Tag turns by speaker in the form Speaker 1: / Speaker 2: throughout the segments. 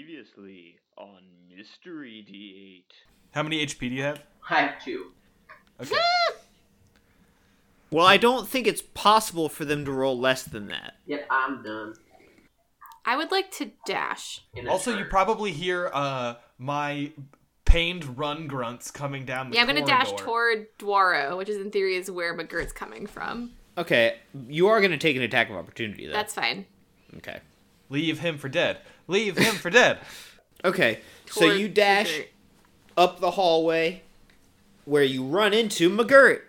Speaker 1: Previously on Mystery D8.
Speaker 2: How many HP do you have?
Speaker 3: I have two.
Speaker 2: Okay.
Speaker 4: Well, I don't think it's possible for them to roll less than that.
Speaker 3: Yep, I'm done.
Speaker 5: I would like to dash.
Speaker 3: In a
Speaker 2: also, you
Speaker 3: turn.
Speaker 2: probably hear uh my pained run grunts coming down the
Speaker 5: Yeah, I'm gonna dash
Speaker 2: corridor.
Speaker 5: toward Dwaro, which is in theory is where McGirt's coming from.
Speaker 4: Okay, you are going to take an attack of opportunity, though.
Speaker 5: That's fine.
Speaker 4: okay.
Speaker 2: Leave him for dead. Leave him for dead.
Speaker 4: Okay, so
Speaker 5: Toward
Speaker 4: you dash
Speaker 5: McGirt.
Speaker 4: up the hallway where you run into McGirt.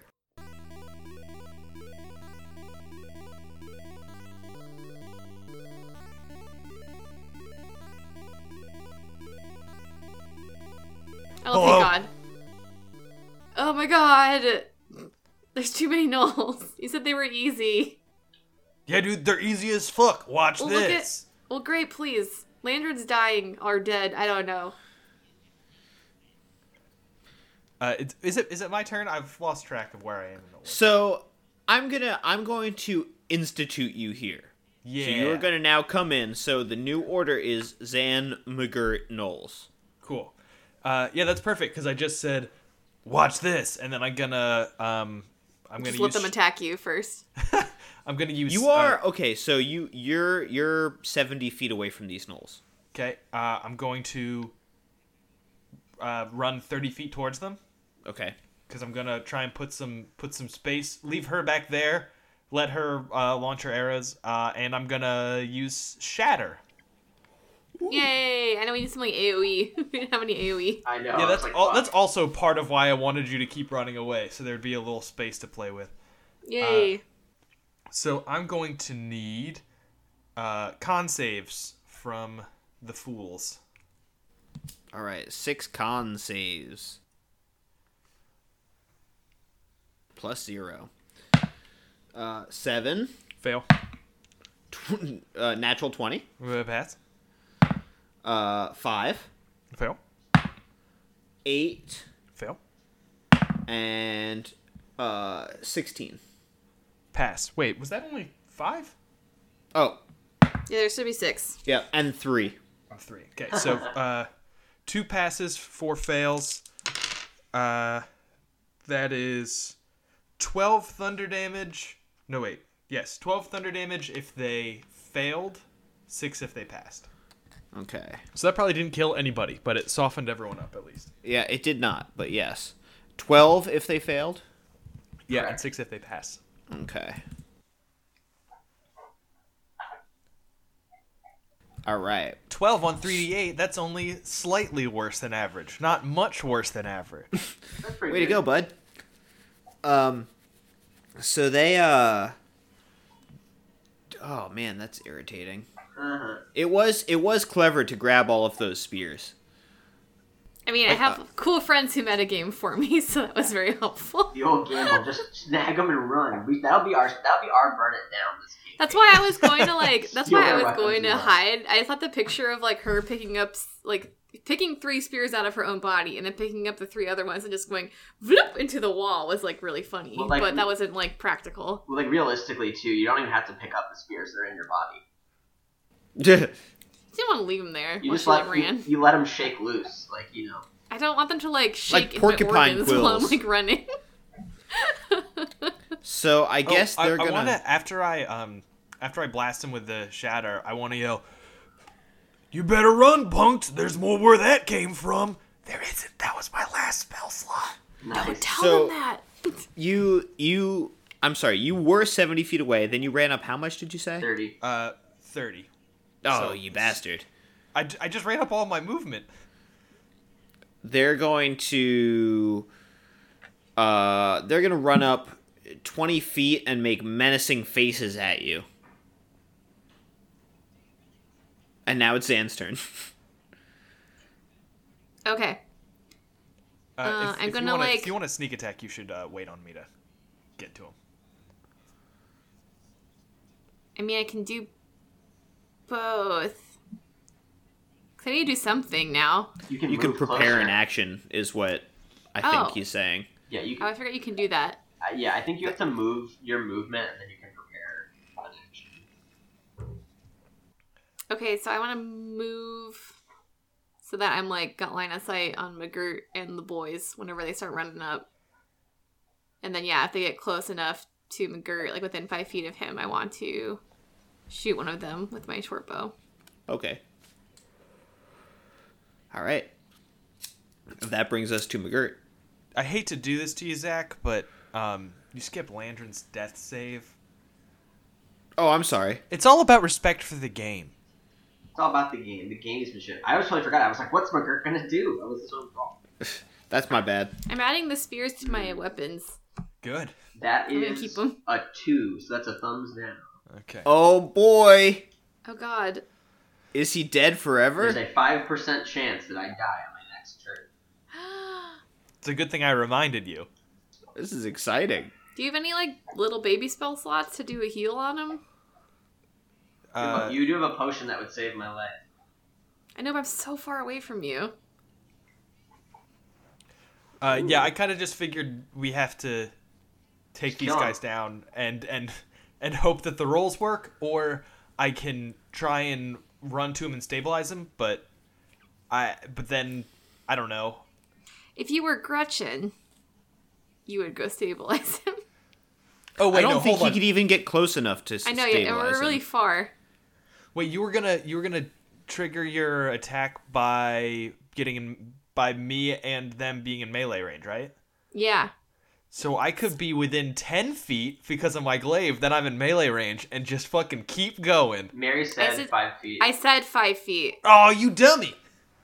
Speaker 5: Oh
Speaker 2: Hello?
Speaker 5: thank God. Oh my God. There's too many nulls. You said they were easy.
Speaker 2: Yeah, dude, they're easy as fuck. Watch
Speaker 5: Well, look
Speaker 2: this.
Speaker 5: Well, great. Please, Landron's dying or dead. I don't know.
Speaker 2: Uh, it's, is it is it my turn? I've lost track of where I am. In the order.
Speaker 4: So I'm gonna I'm going to institute you here.
Speaker 2: Yeah.
Speaker 4: So you are gonna now come in. So the new order is Zan McGirt Knowles.
Speaker 2: Cool. Uh, yeah, that's perfect because I just said, "Watch this," and then I'm gonna um, I'm gonna
Speaker 5: Just
Speaker 2: use
Speaker 5: let them attack you first.
Speaker 2: I'm gonna use
Speaker 4: You
Speaker 2: uh,
Speaker 4: are okay. So you you're you're seventy feet away from these Knowles.
Speaker 2: okay. Uh, I'm going to uh, run 30 feet towards them
Speaker 4: Okay.
Speaker 2: because I'm gonna try and put some put some space. Leave her back there. Let her uh, launch her arrows, uh, and I'm gonna use shatter.
Speaker 5: Yay! I know we need something AOE. E. we didn't have any E. AOE.
Speaker 3: I know.
Speaker 2: yeah, that's
Speaker 3: like,
Speaker 2: all,
Speaker 3: fuck.
Speaker 2: that's also part of why I wanted you to keep running away, so there'd be a little space to play with.
Speaker 5: Yay!
Speaker 2: So I'm going to need uh, con saves from the fools.
Speaker 4: All right. Six con saves. Plus zero. Uh, seven.
Speaker 2: Fail.
Speaker 4: Tw- uh, natural twenty.
Speaker 2: Uh, Pass.
Speaker 4: Uh, five.
Speaker 2: Fail.
Speaker 4: Eight.
Speaker 2: Fail.
Speaker 4: and uh 16
Speaker 2: Pass. Wait, was that only five?
Speaker 4: oh
Speaker 5: yeah, there should be six.
Speaker 4: yeah and three
Speaker 2: Oh, three. Okay, so uh, two passes, four fails. Uh, that is 12 thunder damage. No, wait. Yes, 12 thunder damage if they failed, six if they passed.
Speaker 4: okay
Speaker 2: So that probably didn't kill anybody, but it softened everyone up at least.
Speaker 4: yeah it did not but yes 12 if they failed
Speaker 2: Yeah, and six if they pass.
Speaker 4: okay all right
Speaker 2: 12 on 3d8, that's only slightly worse than average. Not much worse than average.
Speaker 3: That's pretty
Speaker 4: way to
Speaker 3: good.
Speaker 4: go bud um so they uh oh man that's irritating
Speaker 3: Uh-huh.
Speaker 4: it was it was clever to grab all of those spears
Speaker 5: I mean, I have cool friends who metagame for me, so that was very helpful.
Speaker 3: The old gamble, just snag them and run. We, that'll be our that'll be our burn it down this game.
Speaker 5: That's why I was going to like. That's why
Speaker 3: Your
Speaker 5: I was
Speaker 3: weapons
Speaker 5: going to
Speaker 3: are-
Speaker 5: hide. I thought the picture of like her picking up s- like picking three spears out of her own body and then picking up the three other ones and just going vloop into the wall was like really funny,
Speaker 3: Well, like-
Speaker 5: but that wasn't like practical.
Speaker 3: Well, like realistically too, you don't even have to pick up the spears; they're in your body.
Speaker 5: I didn't want to leave them there.
Speaker 3: You
Speaker 5: when
Speaker 3: just
Speaker 5: she, like,
Speaker 3: let
Speaker 5: ran.
Speaker 3: you, you let them shake loose, like you know.
Speaker 5: I don't want them to like shake into my
Speaker 4: porcupine
Speaker 5: organs while I'm
Speaker 4: quills.
Speaker 5: like running.
Speaker 4: so i guess
Speaker 2: Oh, I-
Speaker 4: they're
Speaker 2: I,
Speaker 4: gonna
Speaker 2: want to after I um after I blast him with the shatter, I want to yell, "You better run, punked! There's more where that came from. There isn't. That was my last spell slot."
Speaker 3: Nice.
Speaker 5: Tell
Speaker 4: So-
Speaker 5: them that.
Speaker 4: You you I'm sorry, you were 70 feet away, then you ran up how much did you say?
Speaker 3: Thirty.
Speaker 2: Uh, thirty.
Speaker 4: Oh,
Speaker 2: So-
Speaker 4: you bastard.
Speaker 2: I, j- I just ran up all my movement.
Speaker 4: They're going to uh they're going to run up 20 feet and make menacing faces at you. And now it's Zan's turn.
Speaker 5: Okay.
Speaker 2: Uh,
Speaker 5: Uh,
Speaker 2: if,
Speaker 5: I'm
Speaker 2: if
Speaker 5: gonna,
Speaker 2: you wanna,
Speaker 5: like-
Speaker 2: If you want to sneak attack, you should uh, wait on me to get to him.
Speaker 5: I mean, I can do both. 'Cause I need to do something now.
Speaker 3: You can
Speaker 4: You can
Speaker 3: move
Speaker 4: prepare an
Speaker 3: closer.
Speaker 4: action is what I think
Speaker 5: Oh.
Speaker 4: he's saying.
Speaker 3: Yeah, you.
Speaker 5: Oh,
Speaker 3: Can,
Speaker 5: I forgot you can do that.
Speaker 3: uh, yeah, I think you have to move your movement, and then you can prepare an action.
Speaker 5: Okay, so I want to move. so that I'm like got line of sight on McGirt and the boys whenever they start running up. And then yeah, if they get close enough to McGirt, like within five feet of him, I want to shoot one of them with my short bow.
Speaker 4: Okay. All right. That brings us to McGirt.
Speaker 2: I hate to do this to you, Zach, but um, you skip Landron's death save.
Speaker 4: Oh, I'm sorry.
Speaker 2: It's all about respect for the game.
Speaker 3: It's all about the game, the gamesmanship. I was totally forgot. I was like, what's McGurk gonna do? That was his own fault.
Speaker 4: That's my bad.
Speaker 5: I'm adding the spears to my weapons.
Speaker 2: Good.
Speaker 3: That
Speaker 5: I'm gonna
Speaker 3: is
Speaker 5: keep 'em.
Speaker 3: a two, so that's a thumbs down.
Speaker 2: Okay.
Speaker 4: Oh boy,
Speaker 5: Oh God,
Speaker 4: is he dead
Speaker 3: There's
Speaker 4: forever?
Speaker 3: a five percent chance that I die on my next turn.
Speaker 2: It's a good thing I reminded you.
Speaker 4: This is exciting.
Speaker 5: do you have any like little baby spell slots to do a heal on him?
Speaker 2: Uh,
Speaker 3: you do have a potion that would save my life.
Speaker 5: I know but I'm so far away from you.
Speaker 2: uh, yeah, I kind of just figured we have to take
Speaker 3: Just
Speaker 2: these
Speaker 3: kill 'em.
Speaker 2: guys down and and and hope that the rolls work, or I can try and run to him and stabilize him. But I but then I don't know.
Speaker 5: If you were Gretchen, you would go stabilize him.
Speaker 2: Oh wait,
Speaker 4: I don't
Speaker 2: no, hold
Speaker 4: think he
Speaker 2: on.
Speaker 4: could even get close enough to. s-
Speaker 5: I know,
Speaker 4: stabilize
Speaker 5: yeah, and we're really
Speaker 4: him.
Speaker 5: far.
Speaker 4: e-
Speaker 2: Wait, you were gonna you were gonna trigger your attack by getting in by me and them being in melee range, right?
Speaker 5: Yeah.
Speaker 2: So I could be within ten feet because of my glaive, then I'm in melee range and just fucking keep going.
Speaker 3: Mary said
Speaker 5: Is it-
Speaker 3: five feet.
Speaker 5: I said five feet.
Speaker 2: Oh, you dummy!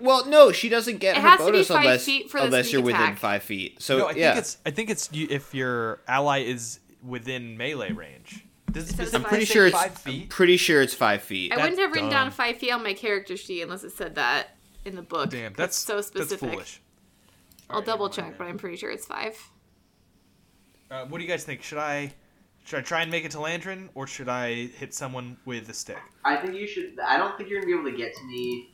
Speaker 4: Well, no, she doesn't get
Speaker 5: It
Speaker 4: her
Speaker 5: has to be
Speaker 4: bonus
Speaker 5: five
Speaker 4: unless
Speaker 5: feet for the
Speaker 4: unless
Speaker 5: sneak
Speaker 4: you're within
Speaker 5: attack.
Speaker 4: five feet. So
Speaker 2: No, I think
Speaker 4: yeah,
Speaker 2: it's I think it's you, if your ally is within melee range. Does,
Speaker 5: says
Speaker 2: does
Speaker 5: I'm
Speaker 2: it
Speaker 4: pretty
Speaker 2: say
Speaker 4: sure it's
Speaker 2: five feet.
Speaker 4: pretty sure it's five feet.
Speaker 5: I
Speaker 2: That's
Speaker 5: wouldn't have written down
Speaker 2: dumb.
Speaker 5: five feet on my character sheet unless it said that in the book.
Speaker 2: Damn, that's
Speaker 5: so specific.
Speaker 2: That's foolish.
Speaker 5: I'll
Speaker 2: Alright,
Speaker 5: double
Speaker 2: never mind
Speaker 5: check, but I'm pretty sure it's five.
Speaker 2: then. Uh, what do you guys think? Should I should I try and make it to Landrin, or should I hit someone with a stick?
Speaker 3: I think you should. I don't think you're gonna be able to get to me.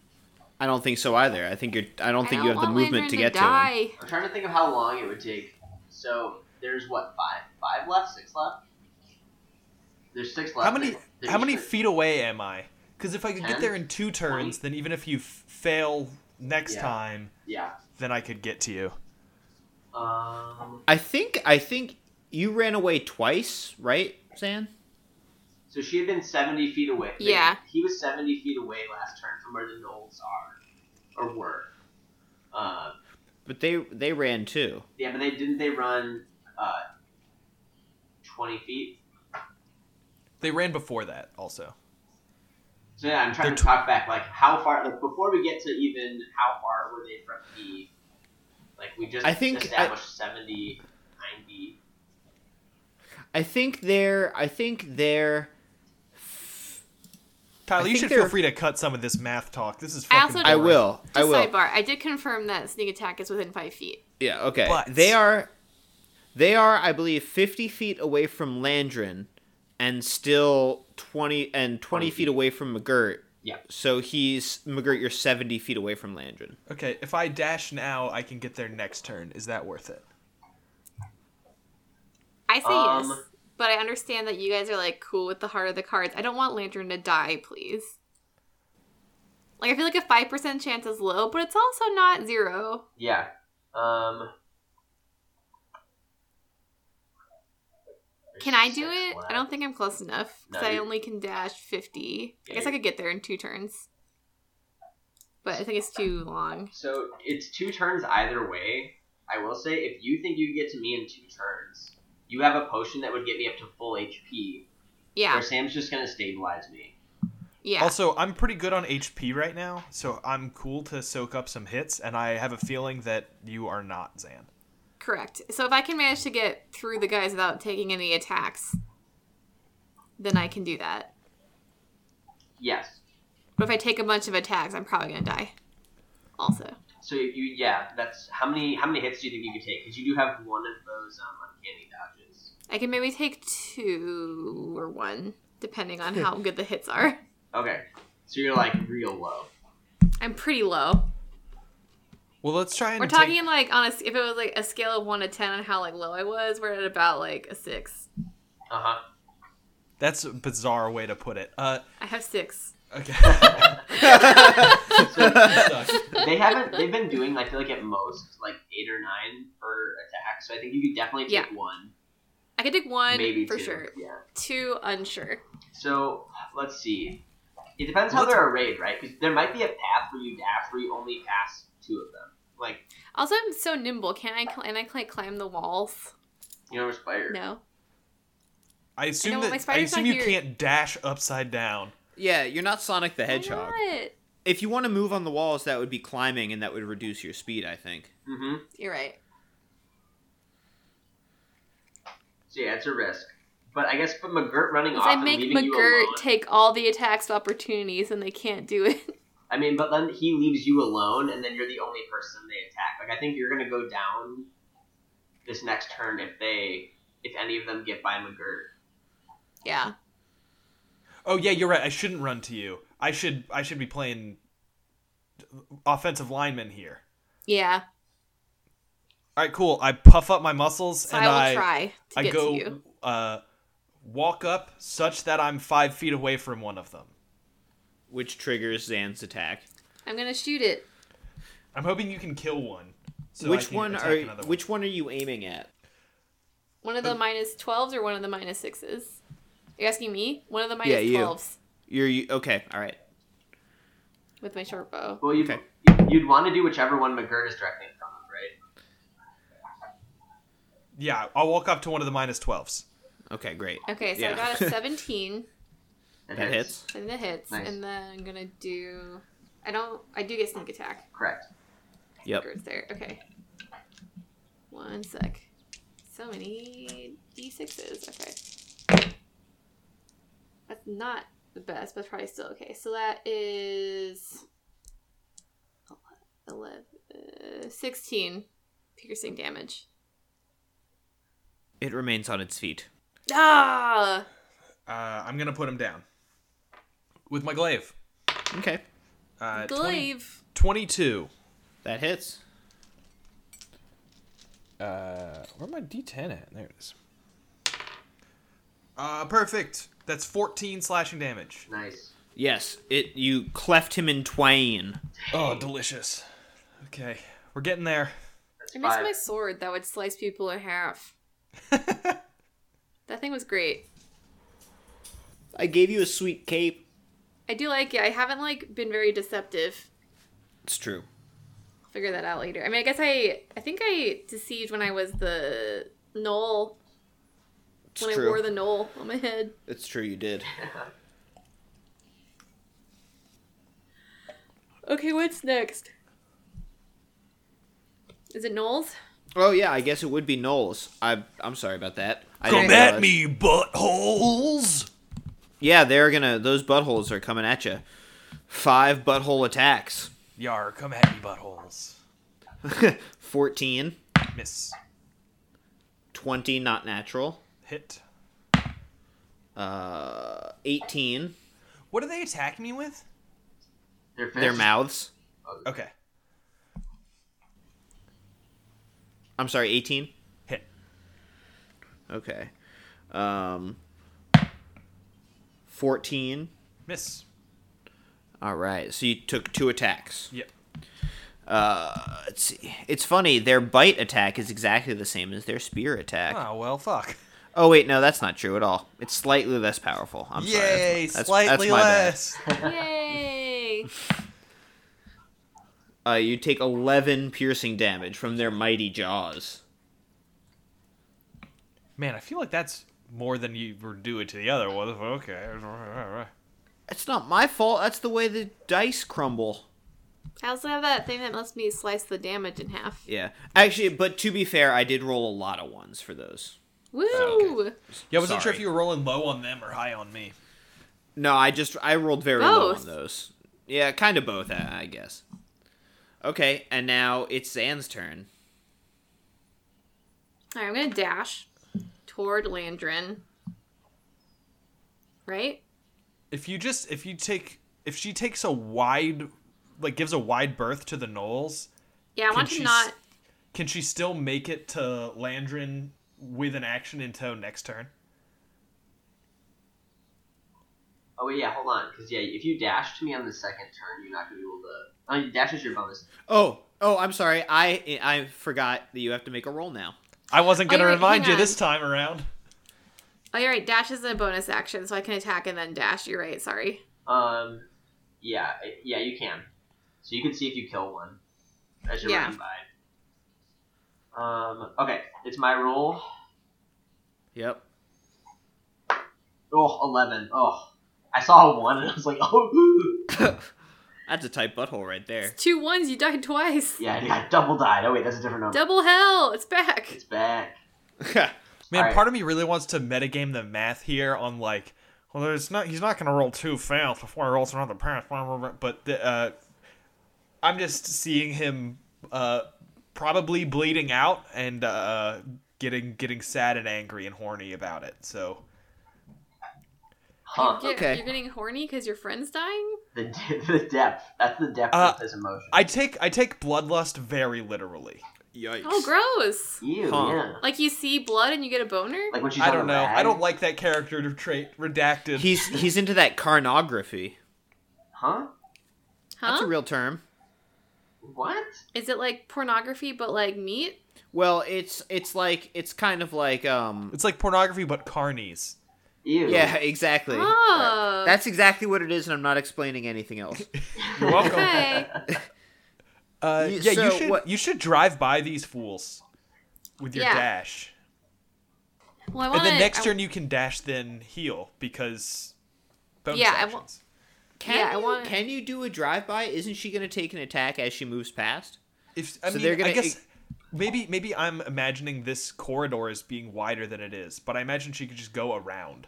Speaker 4: I don't think so either. I think you're. I don't think
Speaker 5: I
Speaker 4: you have the
Speaker 5: want
Speaker 4: movement
Speaker 5: Landrin
Speaker 4: to get
Speaker 5: die.
Speaker 4: to him.
Speaker 3: I'm trying to think of how long it would take. So there's what five, five left, six left. There's six left.
Speaker 2: How many
Speaker 3: There's
Speaker 2: how many
Speaker 3: three-
Speaker 2: feet away am I? Because if I could get
Speaker 3: Ten,
Speaker 2: there in two turns, then even if you f- fail next
Speaker 3: Yeah.
Speaker 2: time,
Speaker 3: Yeah.
Speaker 2: then I could get to you.
Speaker 3: Um.
Speaker 4: I think. I think you ran away twice, right, Zan?
Speaker 3: So she had been 70 feet away. Like,
Speaker 5: Yeah.
Speaker 3: He was 70 feet away last turn from where the Knolls are, or were. Uh,
Speaker 4: But they they ran too.
Speaker 3: yeah, but they didn't they run uh, 20 feet?
Speaker 2: They ran before that, also.
Speaker 3: So yeah, I'm trying
Speaker 2: They're
Speaker 3: to
Speaker 2: tw-
Speaker 3: talk back, like, how far, like, before we get to even how far were they from the, like, we just
Speaker 4: I think I-
Speaker 3: established 70, 90.
Speaker 4: I think they're. I think they're.
Speaker 2: Tyler, you
Speaker 4: think
Speaker 2: should
Speaker 4: they're-
Speaker 2: feel free to cut some of this math talk. This is
Speaker 5: I
Speaker 2: fucking.
Speaker 5: also
Speaker 4: I
Speaker 5: Alright.
Speaker 2: boring.
Speaker 4: will. I
Speaker 5: Just
Speaker 4: will.
Speaker 5: sidebar. I did confirm that sneak attack is within five feet.
Speaker 4: Yeah, okay.
Speaker 2: But-
Speaker 4: They are they are, I believe, fifty feet away from Landrin and still twenty and twenty feet away from McGirt.
Speaker 3: Yeah.
Speaker 4: So he's McGirt, you're seventy feet away from Landrin.
Speaker 2: Okay, if I dash now, I can get there next turn. Is that worth it?
Speaker 5: I say
Speaker 3: Um,
Speaker 5: yes, but I understand that you guys are like cool with the heart of the cards. I don't want Lantern to die, please. Like I feel like a five percent chance is low, but it's also not zero.
Speaker 3: Yeah. Um.
Speaker 5: Can I do
Speaker 3: Six
Speaker 5: it?
Speaker 3: left.
Speaker 5: I don't think I'm close enough because
Speaker 3: No,
Speaker 5: I
Speaker 3: you-
Speaker 5: only can dash fifty. I
Speaker 3: Yeah,
Speaker 5: guess I
Speaker 3: you-
Speaker 5: could get there in two turns, but I think it's too long.
Speaker 3: So it's two turns either way. I will say, if you think you can get to me in two turns, you have a potion that would get me up to full HP,
Speaker 5: Yeah,
Speaker 3: or Sam's just gonna stabilize me.
Speaker 5: yeah.
Speaker 2: Also, I'm pretty good on HP right now, so I'm cool to soak up some hits, and I have a feeling that you are not, Zan.
Speaker 5: Correct. So if I can manage to get through the guys without taking any attacks, then I can do that.
Speaker 3: Yes.
Speaker 5: But if I take a bunch of attacks, I'm probably gonna die. Also,
Speaker 3: So you, you yeah, that's how many how many hits do you think you could take? Because you do have one of those um, uncanny dodges.
Speaker 5: I can maybe take two or one, depending
Speaker 3: Hmm.
Speaker 5: on how good the hits are.
Speaker 3: Okay. So you're like real low.
Speaker 5: I'm pretty low.
Speaker 2: Well, let's try and.
Speaker 5: We're
Speaker 2: take-
Speaker 5: talking like on a if it was like a scale of one to ten on how like low I was, we're at about like a six.
Speaker 3: Uh huh.
Speaker 2: That's a bizarre way to put it. Uh,
Speaker 5: I have six.
Speaker 2: Okay.
Speaker 4: Sucks.
Speaker 3: They haven't. They've been doing. I feel like at most like eight or nine per attack. So I think you could definitely take one,
Speaker 5: I could take one
Speaker 3: maybe
Speaker 5: for
Speaker 3: two.
Speaker 5: sure.
Speaker 3: Yeah.
Speaker 5: Two unsure.
Speaker 3: So let's see. It depends how they're arrayed, right? Because there might be a path where you dash where you only pass two of them. Like
Speaker 5: Also, I'm so nimble. Can I? Cl- and I can like climb the walls.
Speaker 3: you know, a spider.
Speaker 5: No.
Speaker 2: I assume
Speaker 5: know,
Speaker 2: that
Speaker 5: my
Speaker 2: I
Speaker 5: spider's
Speaker 2: assume
Speaker 5: not
Speaker 2: you
Speaker 5: here.
Speaker 2: can't dash upside down.
Speaker 4: Yeah, you're not Sonic the
Speaker 5: Why
Speaker 4: Hedgehog.
Speaker 5: not?
Speaker 4: If you want to move on the walls, that would be climbing, and that would reduce your speed. I think.
Speaker 3: Mm-hmm.
Speaker 5: You're right.
Speaker 3: So yeah, it's a risk. But I guess, but McGirt running off
Speaker 5: Because I
Speaker 3: and
Speaker 5: make
Speaker 3: Ah, leaving you alone.
Speaker 5: McGirt take all the attacks of opportunities, and they can't do it.
Speaker 3: I mean, but then he leaves you alone, and then you're the only person they attack. Like I think you're gonna go down this next turn if they, if any of them get by McGirt.
Speaker 5: yeah.
Speaker 2: Oh yeah, you're right. I shouldn't run to you. I should I should be playing offensive lineman here.
Speaker 5: Yeah.
Speaker 2: All right, cool. I puff up my muscles
Speaker 5: So
Speaker 2: and
Speaker 5: I will
Speaker 2: I
Speaker 5: try to
Speaker 2: I
Speaker 5: get
Speaker 2: go
Speaker 5: to you.
Speaker 2: uh walk up such that I'm five feet away from one of them.
Speaker 4: which triggers Zan's attack.
Speaker 5: I'm gonna shoot it.
Speaker 2: I'm hoping you can kill one. So I
Speaker 4: which
Speaker 2: can
Speaker 4: one
Speaker 2: attack
Speaker 4: are
Speaker 2: another
Speaker 4: which one are you aiming at?
Speaker 5: One of the minus twelves or one of the minus sixes. You're asking me? One of the minus
Speaker 4: you.
Speaker 5: twelves
Speaker 4: You're you, okay. All right.
Speaker 5: with my short bow.
Speaker 3: Well, you
Speaker 4: Okay.
Speaker 3: you'd want to do whichever one McGirt is directly in front of, right?
Speaker 2: Yeah, I'll walk up to one of the minus twelves.
Speaker 4: Okay. Great.
Speaker 5: Okay, so I
Speaker 4: Yeah.
Speaker 5: got a seventeen
Speaker 4: That hits.
Speaker 5: and the hits,
Speaker 3: Nice.
Speaker 5: and then I'm gonna do. I don't. I do get sneak attack.
Speaker 3: Correct.
Speaker 4: Yep.
Speaker 5: It's there. Okay. One sec. So many d6s. Okay. That's not the best, but probably still okay. So that is 11, uh, 16 piercing damage.
Speaker 4: It remains on its feet.
Speaker 5: Ah!
Speaker 2: Uh, I'm gonna put him down with my glaive.
Speaker 4: Okay.
Speaker 2: Uh, 20
Speaker 5: Glaive.
Speaker 2: Twenty-two.
Speaker 4: That hits.
Speaker 2: Uh, where my D10 at? There it is. Uh, perfect. That's 14 slashing damage.
Speaker 3: Nice.
Speaker 4: Yes. It you cleft him in twain.
Speaker 2: Oh, delicious. Okay, we're getting there.
Speaker 3: That's
Speaker 5: I miss
Speaker 3: five.
Speaker 5: my sword that would slice people in half. that thing was great.
Speaker 4: I gave you a sweet cape.
Speaker 5: I do like it. I haven't like been very deceptive
Speaker 4: It's true.
Speaker 5: figure that out later. I mean, I guess I I think I deceived when I was the knoll
Speaker 4: It's
Speaker 5: when
Speaker 4: true.
Speaker 5: I wore the knoll on my head.
Speaker 4: it's true. You did.
Speaker 5: Okay, what's next? Is it knolls?
Speaker 4: Oh yeah. I guess it would be Knowles. I I'm sorry about that. I
Speaker 5: Come
Speaker 4: didn't
Speaker 5: at
Speaker 4: realize.
Speaker 2: buttholes!
Speaker 4: Yeah, they're gonna. Those buttholes are coming at you. Five butthole attacks.
Speaker 2: Yar, come at me, buttholes.
Speaker 4: 14,
Speaker 2: Miss.
Speaker 4: 20, not natural.
Speaker 2: Hit.
Speaker 4: Uh, 18,
Speaker 2: What do they attack me with?
Speaker 3: Their,
Speaker 4: their
Speaker 3: fists?
Speaker 4: mouths.
Speaker 2: Okay,
Speaker 4: I'm sorry, 18.
Speaker 2: hit.
Speaker 4: Okay. Um, 14.
Speaker 2: Miss.
Speaker 4: All right, so you took two attacks.
Speaker 2: Yep.
Speaker 4: Uh, let's see. It's funny, their bite attack is exactly the same as their spear attack.
Speaker 2: Oh, well, fuck.
Speaker 4: Oh, wait, no, that's not true at all. It's slightly less powerful. I'm sorry.
Speaker 2: Yay,
Speaker 4: that's- that's-
Speaker 2: slightly
Speaker 4: my bad.
Speaker 2: less.
Speaker 5: Yay!
Speaker 4: Uh, you take 11 piercing damage from their mighty jaws.
Speaker 2: Man, I feel like that's more than you were doing to the other one. Okay.
Speaker 4: It's not my fault. That's the way the dice crumble.
Speaker 5: I also have that thing that lets me slice the damage in half.
Speaker 4: Yeah. Actually, but to be fair, I did roll a lot of ones for those.
Speaker 5: Woo!
Speaker 2: Yeah, I wasn't sure
Speaker 4: Sorry.
Speaker 2: if you were rolling low on them or high on me.
Speaker 4: No, I just I rolled very low
Speaker 5: Both.
Speaker 4: on those. Yeah, kind of both, I I guess. Okay, and now it's Zan's turn.
Speaker 5: Alright, I'm gonna dash toward Landrin. Right?
Speaker 2: If you just if you take if she takes a wide like gives a wide berth to the Knowles,
Speaker 5: Yeah, I want to
Speaker 2: she
Speaker 5: not.
Speaker 2: s- can she still make it to Landrin with an action in tow next turn?
Speaker 3: Oh wait, yeah, hold on, because yeah, if you dash to me on the second turn, you're not gonna be able to. Oh, you dash is your bonus.
Speaker 4: Oh, oh, I'm sorry. I I forgot that you have to make a roll now.
Speaker 2: I wasn't
Speaker 5: Oh,
Speaker 2: gonna
Speaker 5: you're right,
Speaker 2: remind you
Speaker 5: hang
Speaker 2: this time around.
Speaker 5: Oh, you're right. Dash is a bonus action, so I can attack and then dash. You're right. Sorry.
Speaker 3: Um, yeah, I- yeah, you can. So you can see if you kill one as you're
Speaker 5: Yeah.
Speaker 3: running by. Um, okay, it's my roll.
Speaker 4: Yep.
Speaker 3: Oh, 11. Oh, I saw a one and I was like, oh.
Speaker 4: That's a tight butthole right there.
Speaker 5: It's two ones. You died twice.
Speaker 3: Yeah, I got double died. Oh wait, that's a different number.
Speaker 5: Double hell. It's back.
Speaker 3: It's back.
Speaker 2: Man,
Speaker 3: All right.
Speaker 2: part of me really wants to metagame the math here on like, well, there's not he's not gonna roll two fails before he rolls another pass, blah, blah, blah. but the, uh, I'm just seeing him uh, probably bleeding out and uh, getting getting sad and angry and horny about it. So
Speaker 3: Huh.
Speaker 5: You're, get-
Speaker 4: Okay.
Speaker 5: you're getting horny because your friend's dying.
Speaker 3: The, the depth. That's the depth
Speaker 2: Uh,
Speaker 3: of his emotion.
Speaker 2: I take I take bloodlust very literally.
Speaker 4: Yikes.
Speaker 5: Oh, gross.
Speaker 3: Ew,
Speaker 4: Huh.
Speaker 3: yeah.
Speaker 5: Like you see blood and you get a boner.
Speaker 3: Like when she's
Speaker 2: I
Speaker 3: on
Speaker 2: don't
Speaker 3: the
Speaker 2: know.
Speaker 3: rag.
Speaker 2: I don't like that character trait redacted.
Speaker 4: He's he's into that carnography.
Speaker 3: Huh?
Speaker 4: That's
Speaker 5: huh?
Speaker 4: a real term.
Speaker 3: What?
Speaker 5: Is it like pornography but like meat?
Speaker 4: Well, it's it's like it's kind of like um
Speaker 2: it's like pornography but carnies.
Speaker 3: Ew.
Speaker 4: yeah, exactly.
Speaker 5: Oh.
Speaker 4: That's exactly what it is, and I'm not explaining anything else.
Speaker 2: You're welcome.
Speaker 5: Okay.
Speaker 2: Uh,
Speaker 4: You-
Speaker 2: yeah, you
Speaker 4: so
Speaker 2: should
Speaker 4: what-
Speaker 2: you should drive by these fools with your
Speaker 5: Yeah.
Speaker 2: dash,
Speaker 5: Well, I
Speaker 2: and
Speaker 5: want
Speaker 2: then next turn you can dash then heal because bonus
Speaker 5: Yeah, I
Speaker 2: actions.
Speaker 5: want-
Speaker 4: Can
Speaker 5: Yeah, I
Speaker 4: you,
Speaker 5: want-
Speaker 4: can you do a drive by? Isn't she gonna take an attack as she moves past?
Speaker 2: if I
Speaker 4: so
Speaker 2: mean,
Speaker 4: they're
Speaker 2: I
Speaker 4: gonna- e
Speaker 2: guess maybe maybe I'm imagining this corridor as being wider than it is, but I imagine she could just go around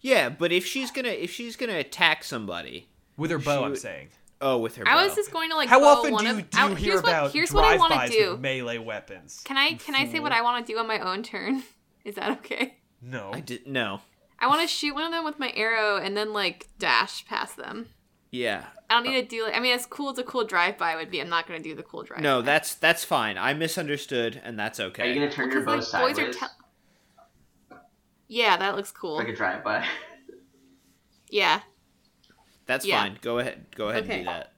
Speaker 4: Yeah, but if she's gonna if she's gonna attack somebody,
Speaker 2: with her bow. I'm
Speaker 4: would-
Speaker 2: saying.
Speaker 4: oh, with her.
Speaker 5: I
Speaker 4: bow.
Speaker 5: was just going to like.
Speaker 2: How
Speaker 5: bow
Speaker 2: often
Speaker 5: one
Speaker 2: do you,
Speaker 5: of,
Speaker 2: do you
Speaker 5: I-
Speaker 2: hear
Speaker 5: here's what-
Speaker 2: about
Speaker 5: here's what I
Speaker 2: drive-bys
Speaker 5: want to do.
Speaker 2: with melee weapons?
Speaker 5: Can I can I say what I want to do on my own turn? Is that okay?
Speaker 2: No,
Speaker 4: I did no.
Speaker 5: I want to shoot one of them with my arrow and then like dash past them.
Speaker 4: Yeah.
Speaker 5: I don't need to do. Like, I mean, as cool as a cool drive by would be, I'm not gonna do the cool drive.
Speaker 4: No, that's that's fine. I misunderstood, and that's
Speaker 3: Are you
Speaker 4: okay.
Speaker 3: gonna turn your
Speaker 5: because
Speaker 3: bow
Speaker 5: like boys are.
Speaker 3: sideways?
Speaker 5: Te- yeah, that looks cool.
Speaker 3: like a drive by.
Speaker 5: Yeah,
Speaker 4: That's
Speaker 5: Yeah.
Speaker 4: fine. Go ahead. Go ahead
Speaker 5: Okay.
Speaker 4: and do that.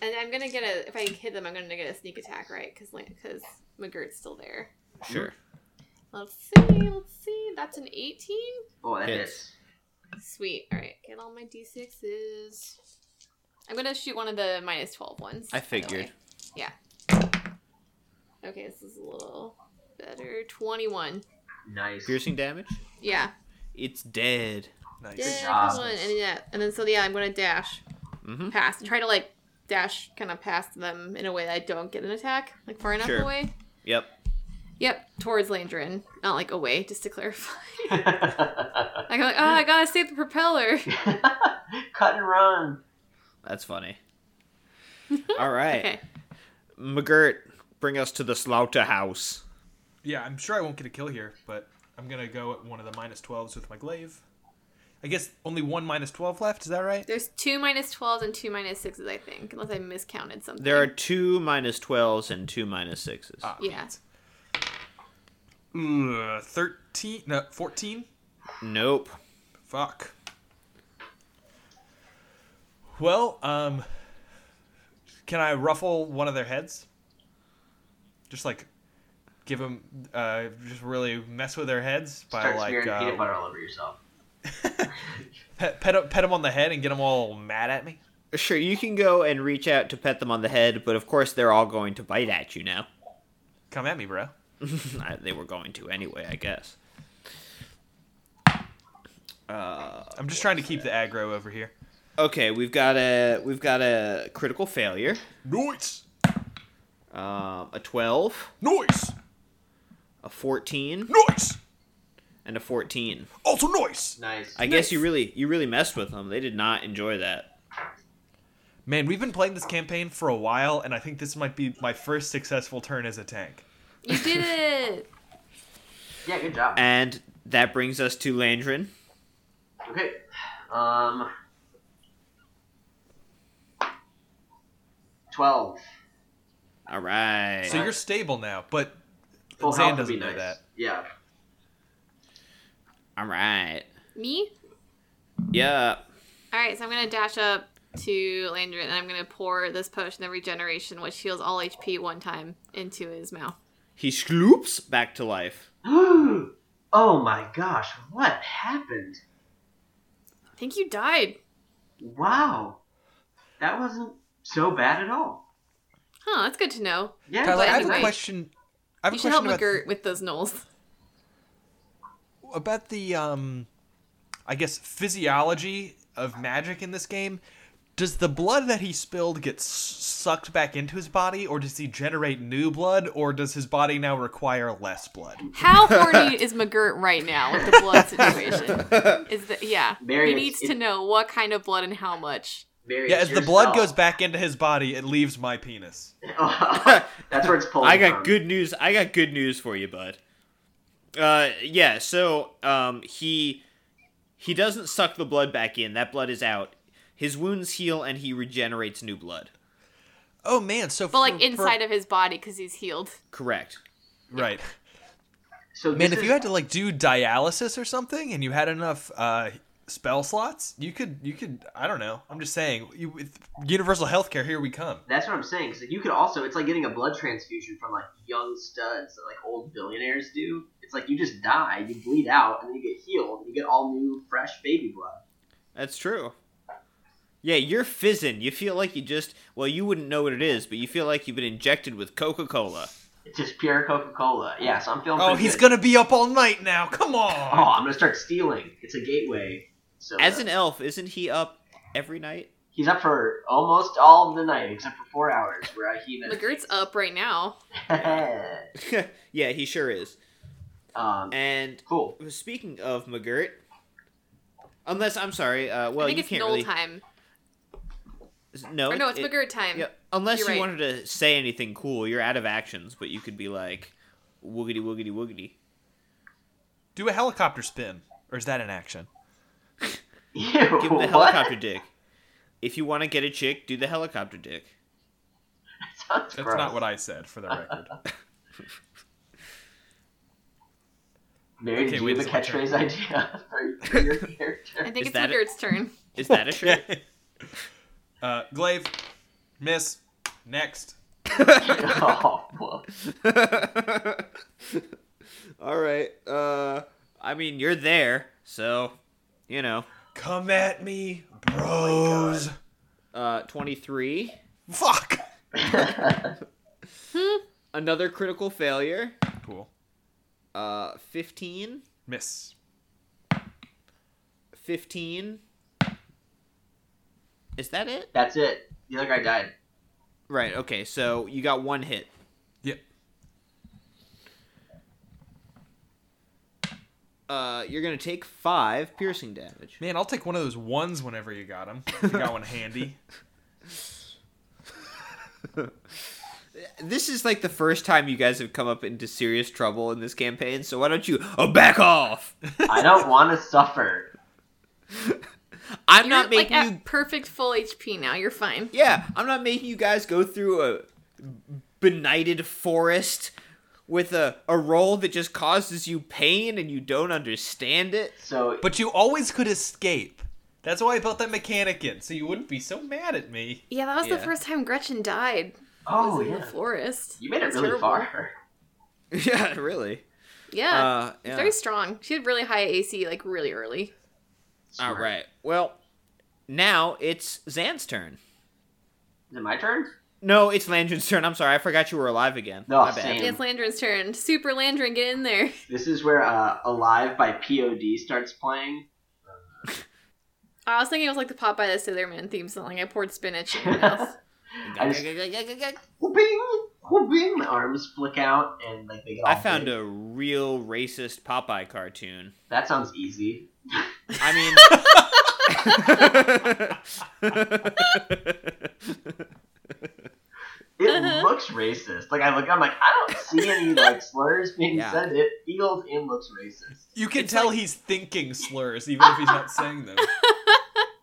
Speaker 5: and I'm gonna get a. If I hit them, I'm gonna get a sneak attack, right? Because because McGirt's still there.
Speaker 4: Sure.
Speaker 5: Let's see. Let's see. That's an 18.
Speaker 3: Oh, that
Speaker 4: Hits.
Speaker 3: hits.
Speaker 5: Sweet. All right, get all my d6s. I'm gonna shoot one of the minus 12 ones.
Speaker 4: I
Speaker 5: by the way.
Speaker 4: figured.
Speaker 5: Yeah. Okay, this is a little better. 21.
Speaker 3: Nice.
Speaker 4: Piercing damage.
Speaker 5: Yeah.
Speaker 4: It's dead.
Speaker 2: nice.
Speaker 5: Yeah,
Speaker 3: job.
Speaker 5: come on. And yeah, and then so yeah, I'm gonna dash
Speaker 4: Mhm.
Speaker 5: past. Try to like dash kind of past them in a way that I don't get an attack, like far enough
Speaker 4: Sure.
Speaker 5: away.
Speaker 4: Yep.
Speaker 5: Yep, towards Landrin, not like away, just to clarify.
Speaker 3: Cut
Speaker 5: like, I'm like, oh, I gotta save the propeller.
Speaker 3: and run.
Speaker 4: That's funny. All right,
Speaker 5: Okay.
Speaker 4: McGirt, bring us to the slaughterhouse.
Speaker 2: Yeah, I'm sure I won't get a kill here, but I'm gonna go at one of the minus twelves with my glaive. I guess only one minus twelve left. Is that right?
Speaker 5: There's two minus 12s and two minus 6s, I think, unless I miscounted something.
Speaker 4: There are two minus twelves and two minus sixes.
Speaker 2: Ah,
Speaker 5: Yeah.
Speaker 2: Ugh, Thirteen? No, fourteen.
Speaker 4: Nope.
Speaker 2: Fuck. Well, um, can I ruffle one of their heads? Just like give them, uh, just really mess with their heads by
Speaker 3: Start
Speaker 2: like
Speaker 3: smearing peanut
Speaker 2: uh,
Speaker 3: butter all over yourself.
Speaker 2: pet pet, pet them on the head and get them all mad at me.
Speaker 4: Sure, you can go and reach out to pet them on the head, but of course they're all going to bite at you now.
Speaker 2: Come at me, bro.
Speaker 4: I- they were going to anyway, I guess.
Speaker 2: I'm just trying to keep the aggro over here.
Speaker 4: Okay, we've got a we've got a critical failure.
Speaker 2: Noise!
Speaker 4: Um, a twelve,
Speaker 2: Noise!
Speaker 4: a fourteen,
Speaker 2: Noise!
Speaker 4: and a fourteen.
Speaker 2: Also noise!
Speaker 3: Nice.
Speaker 4: I guess you really you really messed with them. They did not enjoy that.
Speaker 2: Man, we've been playing this campaign for a while, and I think this might be my first successful turn as a tank.
Speaker 5: You did it!
Speaker 3: Yeah, good job.
Speaker 4: And that brings us to Landrin.
Speaker 3: Okay. Um. Twelve.
Speaker 4: All right.
Speaker 2: So you're stable now, but
Speaker 3: Full
Speaker 2: Zan
Speaker 3: health would
Speaker 2: doesn't
Speaker 3: be
Speaker 2: know
Speaker 3: nice.
Speaker 2: that.
Speaker 3: Yeah.
Speaker 4: All right.
Speaker 5: Me?
Speaker 4: Yeah.
Speaker 5: All right, so I'm gonna dash up to Landrin and I'm gonna pour this potion of regeneration, which heals all HP one time, into his mouth.
Speaker 4: He sloops back to life.
Speaker 3: oh my gosh, what happened?
Speaker 5: I think you died,
Speaker 3: Wow. That wasn't so bad at all.
Speaker 5: huh? That's good to know.
Speaker 3: Yeah,
Speaker 2: Tyler,
Speaker 5: but
Speaker 2: I have a
Speaker 5: anyway,
Speaker 2: question. I have
Speaker 5: You
Speaker 2: a
Speaker 5: should help
Speaker 2: question about,
Speaker 5: McGirt with those knolls.
Speaker 2: about the um, I guess physiology of magic in this game. Does the blood that he spilled get s- sucked back into his body, or does he generate new blood, or does his body now require less blood?
Speaker 5: How horny is McGirt right now with the blood situation? Is that yeah?
Speaker 3: Mary,
Speaker 5: he
Speaker 3: it's-
Speaker 5: needs to
Speaker 3: it's-
Speaker 5: know what kind of blood and how much.
Speaker 3: Mary,
Speaker 2: Yeah, as
Speaker 3: it's
Speaker 2: the
Speaker 3: your
Speaker 2: blood
Speaker 3: spell.
Speaker 2: goes back into his body, it leaves my penis.
Speaker 3: That's where it's pulling.
Speaker 4: I got
Speaker 3: from.
Speaker 4: good news. I got good news for you, bud. Uh, yeah. So, um, he he doesn't suck the blood back in. That blood is out. His wounds heal, and he regenerates new blood.
Speaker 2: Oh man, so
Speaker 5: But like inside of his body because he's healed.
Speaker 4: Correct.
Speaker 2: right.
Speaker 3: So
Speaker 2: Man,
Speaker 3: this
Speaker 2: if
Speaker 3: is-
Speaker 2: you had to like do dialysis or something, and you had enough uh, spell slots, you could you could I don't know. I'm just saying, you, with universal healthcare, here we come.
Speaker 3: That's what I'm saying. Because you could also, it's like getting a blood transfusion from like young studs that like old billionaires do. It's like you just die, you bleed out, and then you get healed, and you get all new, fresh baby blood.
Speaker 4: That's true. Yeah, you're fizzing. You feel like you just well, you wouldn't know what it is, but you feel like you've been injected with Coca Cola.
Speaker 3: It's just pure Coca Cola. Yeah, so I'm feeling.
Speaker 2: Oh,
Speaker 3: pretty
Speaker 2: he's
Speaker 3: good.
Speaker 2: gonna be up all night now. Come on.
Speaker 3: Oh, I'm gonna start stealing. It's a gateway. So
Speaker 4: As an elf, isn't he up every night?
Speaker 3: he's up for almost all of the night except for four hours where I he
Speaker 5: McGirt's up right now.
Speaker 3: then.
Speaker 4: yeah, he sure is.
Speaker 3: um,
Speaker 4: And
Speaker 3: cool.
Speaker 4: speaking of McGirt, unless I'm sorry, uh, well
Speaker 5: I think
Speaker 4: you
Speaker 5: it's
Speaker 4: can't
Speaker 5: Noel
Speaker 4: really.
Speaker 5: time.
Speaker 4: No,
Speaker 5: Or no, it's
Speaker 4: it-
Speaker 5: McGirt time.
Speaker 4: Yeah, unless
Speaker 5: You're
Speaker 4: you
Speaker 5: right.
Speaker 4: wanted to say anything cool, you're out of actions. But you could be like, woogity woogity woogity.
Speaker 2: Do a helicopter spin, or is that an action?
Speaker 3: Ew,
Speaker 4: Give him the
Speaker 3: what?
Speaker 4: helicopter dick. If you want to get a chick, do the helicopter dick.
Speaker 3: Sounds
Speaker 2: That's
Speaker 3: gross.
Speaker 2: not what I said, for the record.
Speaker 3: Mary,
Speaker 2: Okay,
Speaker 3: do
Speaker 2: wait,
Speaker 3: you have a
Speaker 2: it's my turn.
Speaker 3: catchphrase idea for, for your
Speaker 5: I
Speaker 3: character?
Speaker 5: think
Speaker 4: Is
Speaker 5: it's
Speaker 4: that it?
Speaker 5: McGirt's turn.
Speaker 4: Is that a chick?
Speaker 2: Okay. uh, glaive, miss, next.
Speaker 3: oh, well.
Speaker 4: All right. Uh, I mean, you're there, so you know.
Speaker 2: Come at me, bros.
Speaker 4: Uh, 23.
Speaker 2: Fuck.
Speaker 4: Another critical failure.
Speaker 2: Cool.
Speaker 4: Uh, 15.
Speaker 2: Miss.
Speaker 4: 15. Is that it?
Speaker 3: That's it. The other guy died.
Speaker 4: Right. Okay. So you got one hit.
Speaker 2: Yep.
Speaker 4: Uh, you're gonna take five piercing damage.
Speaker 2: Man, I'll take one of those ones whenever you got them. You got one handy.
Speaker 4: This is like the first time you guys have come up into serious trouble in this campaign. So why don't you oh, back off?
Speaker 3: I don't want to suffer.
Speaker 4: I'm
Speaker 5: You're
Speaker 4: not
Speaker 5: like
Speaker 4: making
Speaker 5: at
Speaker 4: you
Speaker 5: perfect full HP now. You're fine.
Speaker 4: Yeah, I'm not making you guys go through a benighted forest with a, a role that just causes you pain and you don't understand it.
Speaker 3: So
Speaker 2: But you always could escape. That's why I built that mechanic in, so you wouldn't be so mad at me.
Speaker 5: Yeah, that was
Speaker 4: Yeah.
Speaker 5: the first time Gretchen died.
Speaker 3: oh
Speaker 5: was in
Speaker 3: yeah,
Speaker 5: the forest.
Speaker 3: you made it
Speaker 5: That's
Speaker 3: really
Speaker 5: terrible.
Speaker 3: far.
Speaker 4: yeah, really.
Speaker 5: Yeah.
Speaker 4: Uh, yeah.
Speaker 5: Very strong. She had really high AC, like really early.
Speaker 4: All
Speaker 3: Smart.
Speaker 4: right. Well, now it's Zan's turn.
Speaker 3: Is it my turn?
Speaker 4: No, it's Landrin's turn. I'm sorry, I forgot you were alive again.
Speaker 3: No,
Speaker 4: My bad.
Speaker 3: same.
Speaker 5: Yeah, it's Landrin's turn. Super Landrin, get in there.
Speaker 3: This is where uh, "Alive" by POD starts playing.
Speaker 5: I was thinking it was like the Popeye the Sailor Man theme song. I poured spinach in your mouth.
Speaker 3: I just whooping, whooping. My arms flick out and like they get all
Speaker 4: I found
Speaker 3: big.
Speaker 4: a real racist Popeye cartoon.
Speaker 3: That sounds easy.
Speaker 4: I mean.
Speaker 3: It
Speaker 5: Uh-huh.
Speaker 3: looks racist. Like I look, I'm like, I don't see any like slurs being
Speaker 4: Yeah.
Speaker 3: said. It feels and looks racist.
Speaker 2: You can tell he's thinking slurs, even if he's not saying them.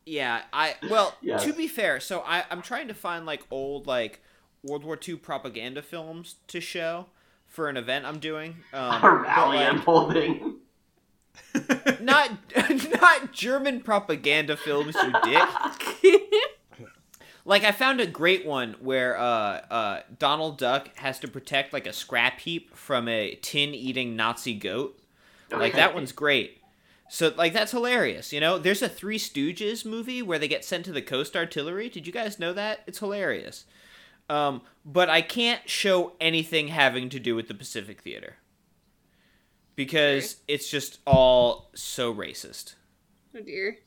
Speaker 4: Yeah, I well
Speaker 3: Yeah.
Speaker 4: to be fair, so I I'm trying to find like old like World War II propaganda films to show for an event I'm doing. Um,
Speaker 3: a
Speaker 4: but,
Speaker 3: rally I'm
Speaker 4: like,
Speaker 3: holding.
Speaker 4: not not German propaganda films, you dick.
Speaker 5: Oh,
Speaker 4: Like I found a great one where uh, uh, Donald Duck has to protect like a scrap heap from a tin eating Nazi goat. Like that one's great. So like that's hilarious, you know. There's a Three Stooges movie where they get sent to the coast artillery. Did you guys know that? It's hilarious. Um, but I can't show anything having to do with the Pacific Theater because it's just all so racist.
Speaker 5: Oh dear.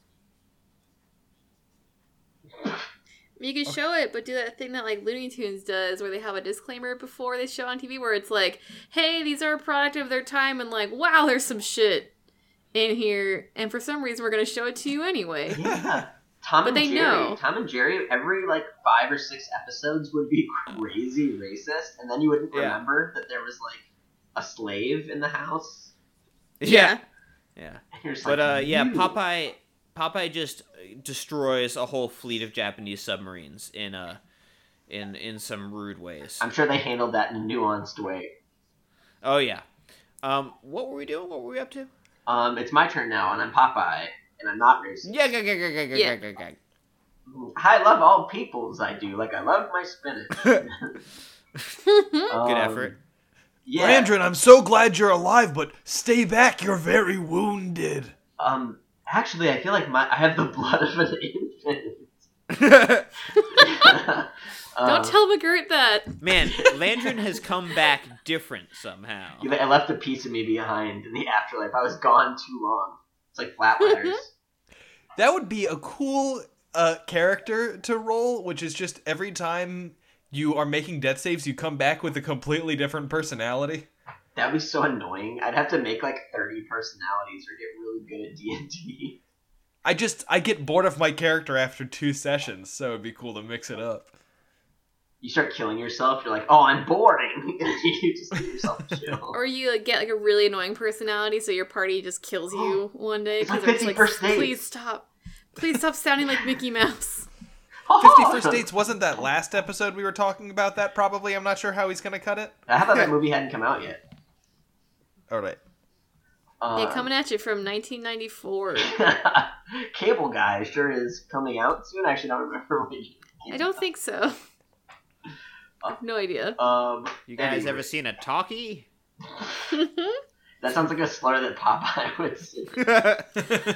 Speaker 5: You can show it, but do that thing that like Looney Tunes does, where they have a disclaimer before they show on TV, where it's like, "Hey, these are a product of their time," and like, "Wow, there's some shit in here," and for some reason, we're gonna show it to you anyway.
Speaker 3: Yeah. Tom
Speaker 5: But
Speaker 3: and
Speaker 5: they
Speaker 3: Jerry.
Speaker 5: know.
Speaker 3: Tom and Jerry, every like five or six episodes would be crazy racist, and then you wouldn't
Speaker 4: Yeah.
Speaker 3: remember that there was like a slave in the house.
Speaker 4: Yeah. Yeah.
Speaker 3: And you're just
Speaker 4: But
Speaker 3: like,
Speaker 4: uh yeah,
Speaker 3: "You."
Speaker 4: Popeye Popeye just uh, destroys a whole fleet of Japanese submarines in uh in in some rude ways.
Speaker 3: I'm sure they handled that in a nuanced way.
Speaker 4: Oh yeah. Um what were we doing? What were we up to?
Speaker 3: Um, it's my turn now, and I'm Popeye, and I'm not racist.
Speaker 4: Yeah, yeah, yeah, yeah, yeah, yeah, yeah, yeah.
Speaker 3: I love all peoples. I do. Like I love my spinach. Good
Speaker 4: Good
Speaker 3: Um,
Speaker 4: effort.
Speaker 3: Yeah.
Speaker 2: Landrin, I'm so glad you're alive, but stay back. You're very wounded.
Speaker 3: Um. Actually, I feel like my I have the blood of an infant.
Speaker 5: Don't
Speaker 3: Um,
Speaker 5: tell McGirt that.
Speaker 4: Man, Landrin has come back different somehow.
Speaker 3: Yeah, I left a piece of me behind in the afterlife. I was gone too long. It's like
Speaker 5: Mm-hmm.
Speaker 3: flatliners.
Speaker 2: That would be a cool uh, character to roll, which is just every time you are making death saves, you come back with a completely different personality.
Speaker 3: That'd be so annoying. I'd have to make like thirty personalities or get really good at D and D.
Speaker 2: I just I get bored of my character after two sessions, so it'd be cool to mix it up.
Speaker 3: You start killing yourself. You're like, oh, I'm boring. you just give yourself a chill.
Speaker 5: Or you like get like a really annoying personality, so your party just kills you one day
Speaker 3: It's like
Speaker 5: they're just
Speaker 3: 50 first dates.
Speaker 5: please stop, please stop sounding like Mickey Mouse.
Speaker 2: Fifty First Dates wasn't that last episode we were talking about that probably. I'm not sure how he's gonna cut it.
Speaker 3: How about that movie hadn't come out yet?
Speaker 2: All right.
Speaker 3: Um,
Speaker 5: yeah, coming at you from 1994.
Speaker 3: Cable Guy sure is coming out soon. I actually don't remember when.
Speaker 5: I don't think so.
Speaker 3: Uh,
Speaker 5: I have no idea.
Speaker 3: Um,
Speaker 4: You guys
Speaker 3: anyway,
Speaker 4: ever seen a talkie?
Speaker 3: That sounds like a slur that Popeye would say.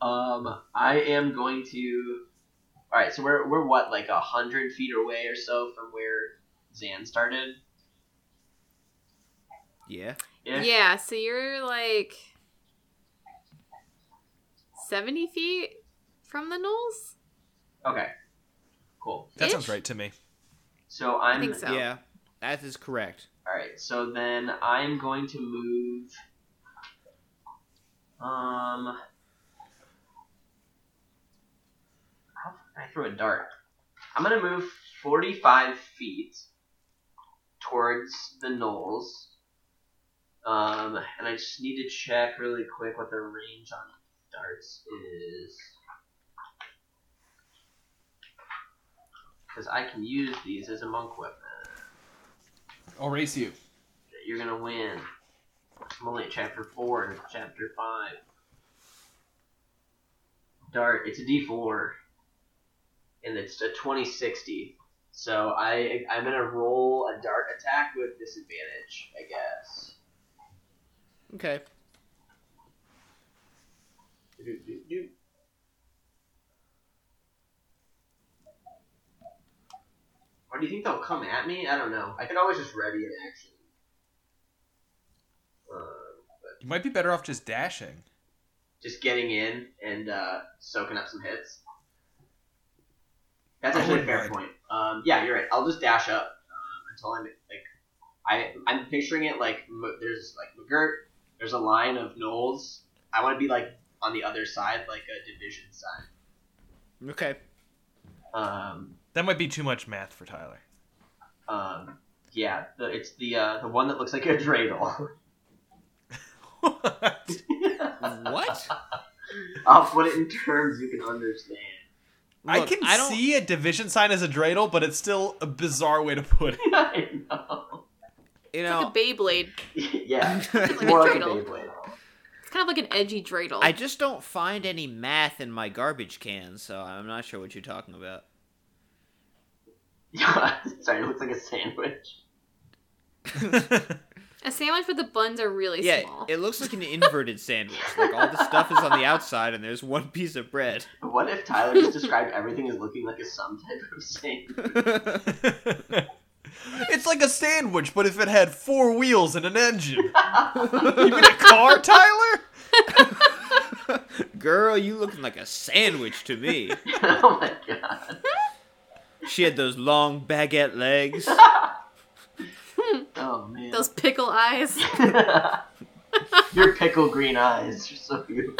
Speaker 3: Um, I am going to. All right, so we're we're what like a hundred feet away or so from where Zan started.
Speaker 4: yeah.
Speaker 5: Yeah. so you're like 70 feet from the knolls?
Speaker 3: Okay. Cool.
Speaker 2: That
Speaker 5: Ish?
Speaker 2: sounds right to me.
Speaker 3: So I'm.
Speaker 5: I think so.
Speaker 4: Yeah. That is correct.
Speaker 3: All right. So then I'm going to move. Um. How can I throw a dart? I'm gonna move 45 feet towards the knolls. Um, and I just need to check really quick what the range on darts is. Because I can use these as a monk weapon
Speaker 2: I'll race you.
Speaker 3: that you're gonna win. I'm only at chapter four and chapter five. Dart, it's a D four, and it's a twenty sixty. So I I'm gonna roll a dart attack with disadvantage, I guess.
Speaker 4: Okay.
Speaker 3: Do, do, do. Or do you think they'll come at me? I don't know. I can always just ready an action. Um,
Speaker 2: You might be better off just dashing.
Speaker 3: just getting in and uh, soaking up some hits. That's
Speaker 2: I
Speaker 3: actually a
Speaker 2: wouldn't
Speaker 3: fair
Speaker 2: mind.
Speaker 3: point. Um, yeah, you're right. I'll just dash up um, until I'm like, I I'm picturing it like M- there's like McGirt, there's a line of Knowles. I want to be like on the other side, like a division sign.
Speaker 4: Okay.
Speaker 3: Um,
Speaker 2: That might be too much math for Tyler.
Speaker 3: um, yeah, the, it's the uh, the one that looks like a dreidel.
Speaker 4: What?
Speaker 3: I'll put it in terms you can understand.
Speaker 2: I
Speaker 4: Look,
Speaker 2: can
Speaker 4: I don't-
Speaker 2: see a division sign as a dreidel, but it's still a bizarre way to put it.
Speaker 3: I know.
Speaker 4: You
Speaker 5: It's
Speaker 4: know,
Speaker 5: like a Beyblade.
Speaker 3: yeah.
Speaker 5: Like a
Speaker 3: More like a
Speaker 5: dreidel.
Speaker 3: Beyblade.
Speaker 5: It's kind of like an edgy dreidel.
Speaker 4: I just don't find any math in my garbage can, so I'm not sure what you're talking about.
Speaker 3: Yeah, sorry, it looks like a sandwich.
Speaker 5: a sandwich, but the buns are really
Speaker 4: yeah,
Speaker 5: small.
Speaker 4: it looks like an inverted sandwich. Like all the stuff is on the outside, and there's one piece of bread.
Speaker 3: What if Tyler just described everything as looking like a some type of sandwich?
Speaker 2: it's like a sandwich, but if it had four wheels and an engine. you mean a car, Tyler?
Speaker 4: Girl, you looking like a sandwich to me.
Speaker 3: oh my god.
Speaker 4: She had those long baguette legs.
Speaker 3: Oh man.
Speaker 5: Those pickle eyes.
Speaker 3: Your pickle green eyes are so beautiful.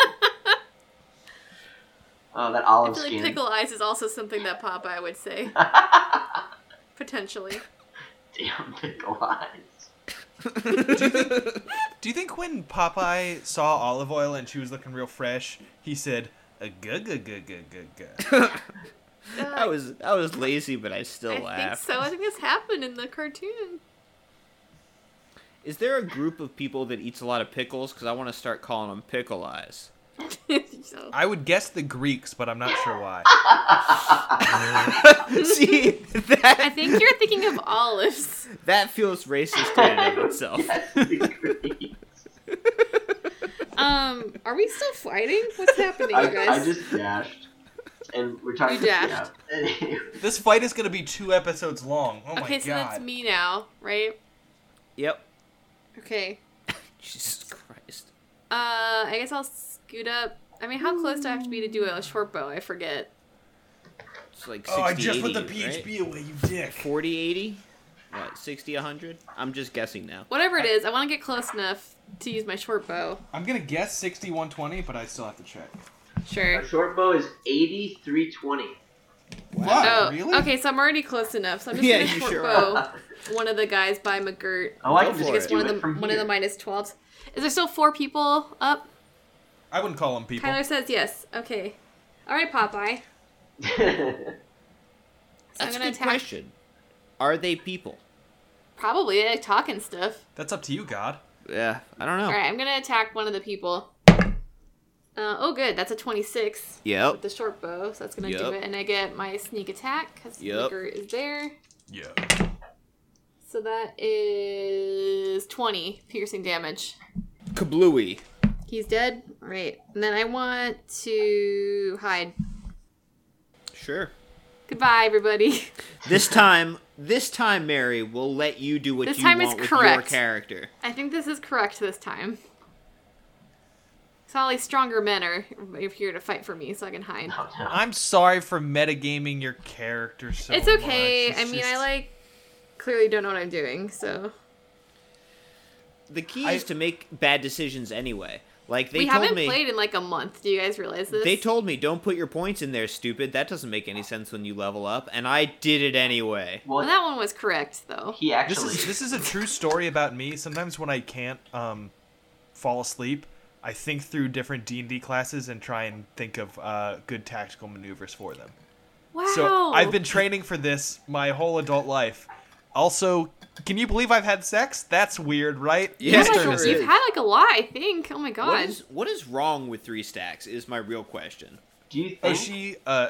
Speaker 3: oh, that
Speaker 5: I
Speaker 3: olive
Speaker 5: feel like
Speaker 3: skin.
Speaker 5: pickle eyes is also something that Popeye would say. Potentially.
Speaker 3: Damn pickle eyes.
Speaker 2: Do you think when Popeye saw olive oil and she was looking real fresh, he said, "Uh, a gu gu gu gu gu gu.
Speaker 5: Uh,
Speaker 4: I was I was lazy, but I still
Speaker 5: I think
Speaker 4: laughed.
Speaker 5: so. I think this happened in the cartoon.
Speaker 4: Is there a group of people that eats a lot of pickles? Because I want to start calling them pickle eyes.
Speaker 5: so,
Speaker 2: I would guess the Greeks, but I'm not sure why.
Speaker 4: See that
Speaker 5: I think you're thinking of olives.
Speaker 4: that feels racist in and of itself.
Speaker 3: Yes, green.
Speaker 5: Um, are we still fighting? What's happening, you
Speaker 3: I,
Speaker 5: guys?
Speaker 3: I just dashed. And we're talking
Speaker 5: You dashed.
Speaker 3: Yeah.
Speaker 2: This fight is going to be two episodes long. Oh
Speaker 5: okay,
Speaker 2: my
Speaker 5: so
Speaker 2: god.
Speaker 5: that's me now, right?
Speaker 4: Yep.
Speaker 5: Okay.
Speaker 4: Jesus Christ.
Speaker 5: Uh, I guess I'll scoot up. I mean, how close do I have to be to do a short bow? I forget.
Speaker 4: It's like 60,
Speaker 2: oh, I just put the
Speaker 4: 80, right?
Speaker 2: PHB away, you dick.
Speaker 4: 40, 80? What, 60, 100? I'm just guessing now.
Speaker 5: Whatever it is, I want to get close enough to use my short bow.
Speaker 2: I'm going to guess 6120, but I still have to check.
Speaker 5: Sure.
Speaker 3: A short bow is 8320.
Speaker 2: Wow,
Speaker 5: Oh,
Speaker 2: really?
Speaker 5: okay, so I'm already close enough, so I'm just
Speaker 4: Yeah,
Speaker 5: gonna
Speaker 4: you
Speaker 5: short
Speaker 4: sure
Speaker 5: bow one of the guys by McGirt.
Speaker 3: Oh, I
Speaker 4: Go
Speaker 3: can just
Speaker 4: for
Speaker 3: get do
Speaker 4: it.
Speaker 5: One of
Speaker 3: it
Speaker 5: the
Speaker 3: from
Speaker 5: one of
Speaker 3: here.
Speaker 5: the minus twelves. Is there still four people up?
Speaker 2: I wouldn't call them people.
Speaker 5: Tyler says yes. Okay. Alright, Popeye.
Speaker 3: Oh,
Speaker 5: So
Speaker 4: That's
Speaker 5: I'm
Speaker 4: a
Speaker 5: gonna
Speaker 4: good
Speaker 5: attack
Speaker 4: question. Are they people?
Speaker 5: probably they like talking stuff.
Speaker 2: That's up to you, God.
Speaker 4: Yeah, I don't know.
Speaker 5: Alright, I'm gonna attack one of the people. Uh, oh good, that's a twenty six with
Speaker 4: Yep.
Speaker 5: the short bow, so that's gonna do
Speaker 4: Yep.
Speaker 5: it. And I get my sneak attack because
Speaker 4: Yep.
Speaker 5: McGirt is there.
Speaker 2: Yeah.
Speaker 5: So that is twenty piercing damage.
Speaker 4: Kablooey.
Speaker 5: He's dead. Right. And then I want to hide.
Speaker 4: Sure.
Speaker 5: Goodbye, everybody.
Speaker 4: This time, this time, Mary, we'll let you do what
Speaker 5: This
Speaker 4: you
Speaker 5: time
Speaker 4: want
Speaker 5: it's
Speaker 4: with
Speaker 5: correct.
Speaker 4: your character.
Speaker 5: I think this is correct this time. So all these stronger men are here to fight for me, so I can hide.
Speaker 3: Oh, no.
Speaker 2: I'm sorry for metagaming your character so
Speaker 5: it's okay.
Speaker 2: much.
Speaker 5: I
Speaker 2: It's
Speaker 5: mean, I
Speaker 2: just-
Speaker 5: like clearly don't know what I'm doing, so
Speaker 4: The key
Speaker 2: I-
Speaker 4: is to make bad decisions anyway. Like they
Speaker 5: we
Speaker 4: told
Speaker 5: haven't
Speaker 4: me,
Speaker 5: played in like a month. Do you guys realize this?
Speaker 4: they told me, don't put your points in there, stupid. That doesn't make any sense when you level up, and I did it anyway.
Speaker 3: Well,
Speaker 5: Well, that one was correct though.
Speaker 3: he
Speaker 2: This
Speaker 3: actually.
Speaker 2: is this is a true story about me. Sometimes when I can't um, fall asleep, I think through different D and D classes and try and think of uh, good tactical maneuvers for them.
Speaker 5: Wow.
Speaker 2: So I've been training for this my whole adult life. Also, can you believe I've had sex? That's weird, right?
Speaker 4: Yeah,
Speaker 5: Oh my
Speaker 4: sure
Speaker 5: God,
Speaker 4: is.
Speaker 5: you've had like a lot, I think. Oh my god.
Speaker 4: What is what is wrong with three stacks? Is my real question.
Speaker 3: do you think?
Speaker 2: Oh, she uh,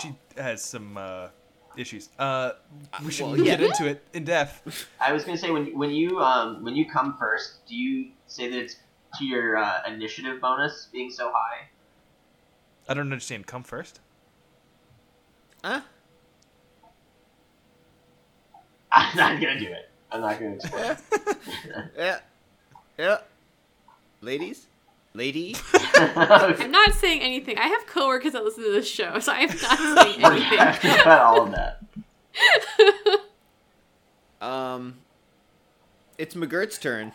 Speaker 2: she has some uh, issues. Uh, we should
Speaker 4: well,
Speaker 2: get
Speaker 4: yeah.
Speaker 2: into it in depth.
Speaker 3: I was gonna say when when you um when you come first, do you say that it's to your uh, initiative bonus being so high?
Speaker 2: I don't understand. Come first.
Speaker 4: Huh?
Speaker 3: I'm not gonna do it. I'm not gonna explain.
Speaker 4: Yeah. Yeah. Eh. Ladies? Lady?
Speaker 5: I'm not saying anything. I have coworkers that listen to this show, so I'm not saying
Speaker 3: We're gonna have
Speaker 5: anything.
Speaker 3: to cut all of that.
Speaker 4: Um It's McGirt's turn.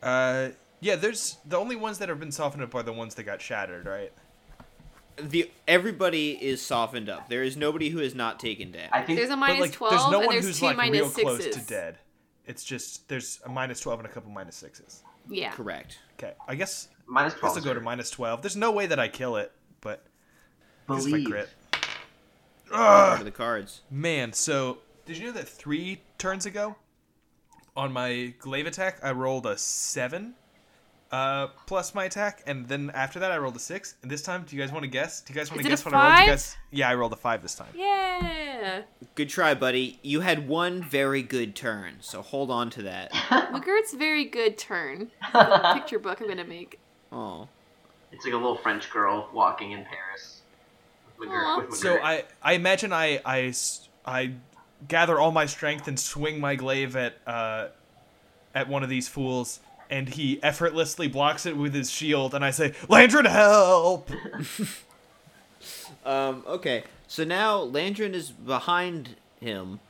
Speaker 2: Uh, yeah, there's the only ones that have been softened up are the ones that got shattered, right?
Speaker 4: The everybody is softened up. There is nobody who is not taken down.
Speaker 3: I think
Speaker 5: There's a minus
Speaker 2: like,
Speaker 5: twelve,
Speaker 2: there's no
Speaker 5: and
Speaker 2: one
Speaker 5: there's
Speaker 2: who's
Speaker 5: two
Speaker 2: like
Speaker 5: minus
Speaker 2: real
Speaker 5: sixes.
Speaker 2: close to dead. It's just there's a minus twelve and a couple minus sixes.
Speaker 5: Yeah.
Speaker 4: Correct.
Speaker 2: Okay, I guess
Speaker 3: minus
Speaker 2: I guess
Speaker 3: twelve.
Speaker 2: I'll go to minus twelve. There's no way that I kill it, but this is my
Speaker 3: Believe.
Speaker 2: grit.
Speaker 4: Part
Speaker 2: Ugh,
Speaker 4: of the cards.
Speaker 2: man, so did you know that three turns ago on my glaive attack, I rolled a seven uh, plus my attack, and then after that, I rolled a six. And this time, do you guys want to guess? Do you guys want
Speaker 5: Is
Speaker 2: to
Speaker 5: it a
Speaker 2: guess what I rolled? Do
Speaker 5: five?
Speaker 2: you guys? Yeah, I rolled a five this time.
Speaker 5: Yeah.
Speaker 4: Good try, buddy. You had one very good turn, so hold on to that.
Speaker 5: McGirt's very good turn. Picture book I'm gonna make.
Speaker 4: Oh.
Speaker 3: It's like a little French girl walking in Paris. With
Speaker 5: Aw.
Speaker 3: McGirt, with
Speaker 2: So
Speaker 3: McGirt.
Speaker 2: I, I imagine I, I, s- I gather all my strength and swing my glaive at, uh, at one of these fools, and he effortlessly blocks it with his shield, and I say, "Landrin, help!"
Speaker 4: Um, okay. So now Landrin is behind him,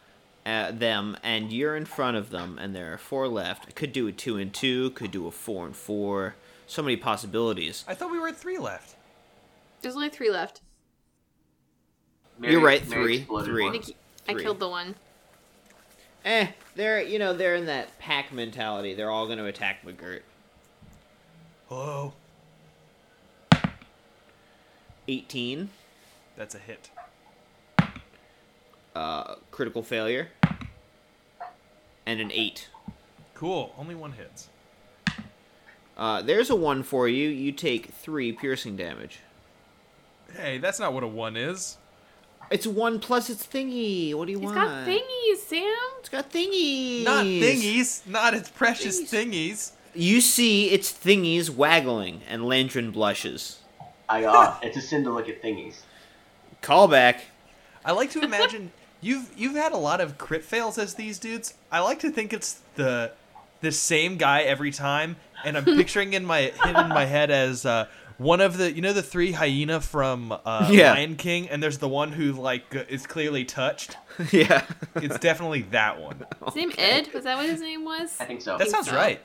Speaker 4: uh, them, and you're in front of them, and there are four left. Could do a two and two, could do a four and four. So many possibilities.
Speaker 2: I thought we were at three left.
Speaker 5: There's only three left.
Speaker 3: Mary-
Speaker 4: you're right,
Speaker 3: Mary
Speaker 4: three,
Speaker 3: exploded
Speaker 4: three.
Speaker 5: I
Speaker 3: once.
Speaker 5: think I
Speaker 4: Three.
Speaker 5: killed the one.
Speaker 4: Eh, they're you know they're in that pack mentality. They're all going to attack McGirt.
Speaker 2: Oh,
Speaker 4: Eighteen,
Speaker 2: that's a hit.
Speaker 4: uh, critical failure, and an eight.
Speaker 2: Cool. Only one hits.
Speaker 4: Uh, there's a one for you. You take three piercing damage.
Speaker 2: Hey, that's not what a one is.
Speaker 4: It's a one plus its thingy. What do you
Speaker 5: He's
Speaker 4: want?
Speaker 5: got thingies, Sam.
Speaker 4: It's got thingies.
Speaker 2: Not thingies. Not its precious thingies.
Speaker 4: You see its thingies waggling, and Landrin blushes.
Speaker 3: I got. it's a sin to look at thingies.
Speaker 4: Callback.
Speaker 2: I like to imagine you've you've had a lot of crit fails as these dudes. I like to think it's the the same guy every time, and I'm picturing in my him in my head as uh, one of the you know the three hyena from uh,
Speaker 4: Yeah.
Speaker 2: Lion King, and there's the one who like g- is clearly touched.
Speaker 4: yeah.
Speaker 2: It's definitely that one.
Speaker 5: His name Ed? Was that what his name was?
Speaker 3: I think so.
Speaker 2: That sounds
Speaker 5: so.
Speaker 2: right.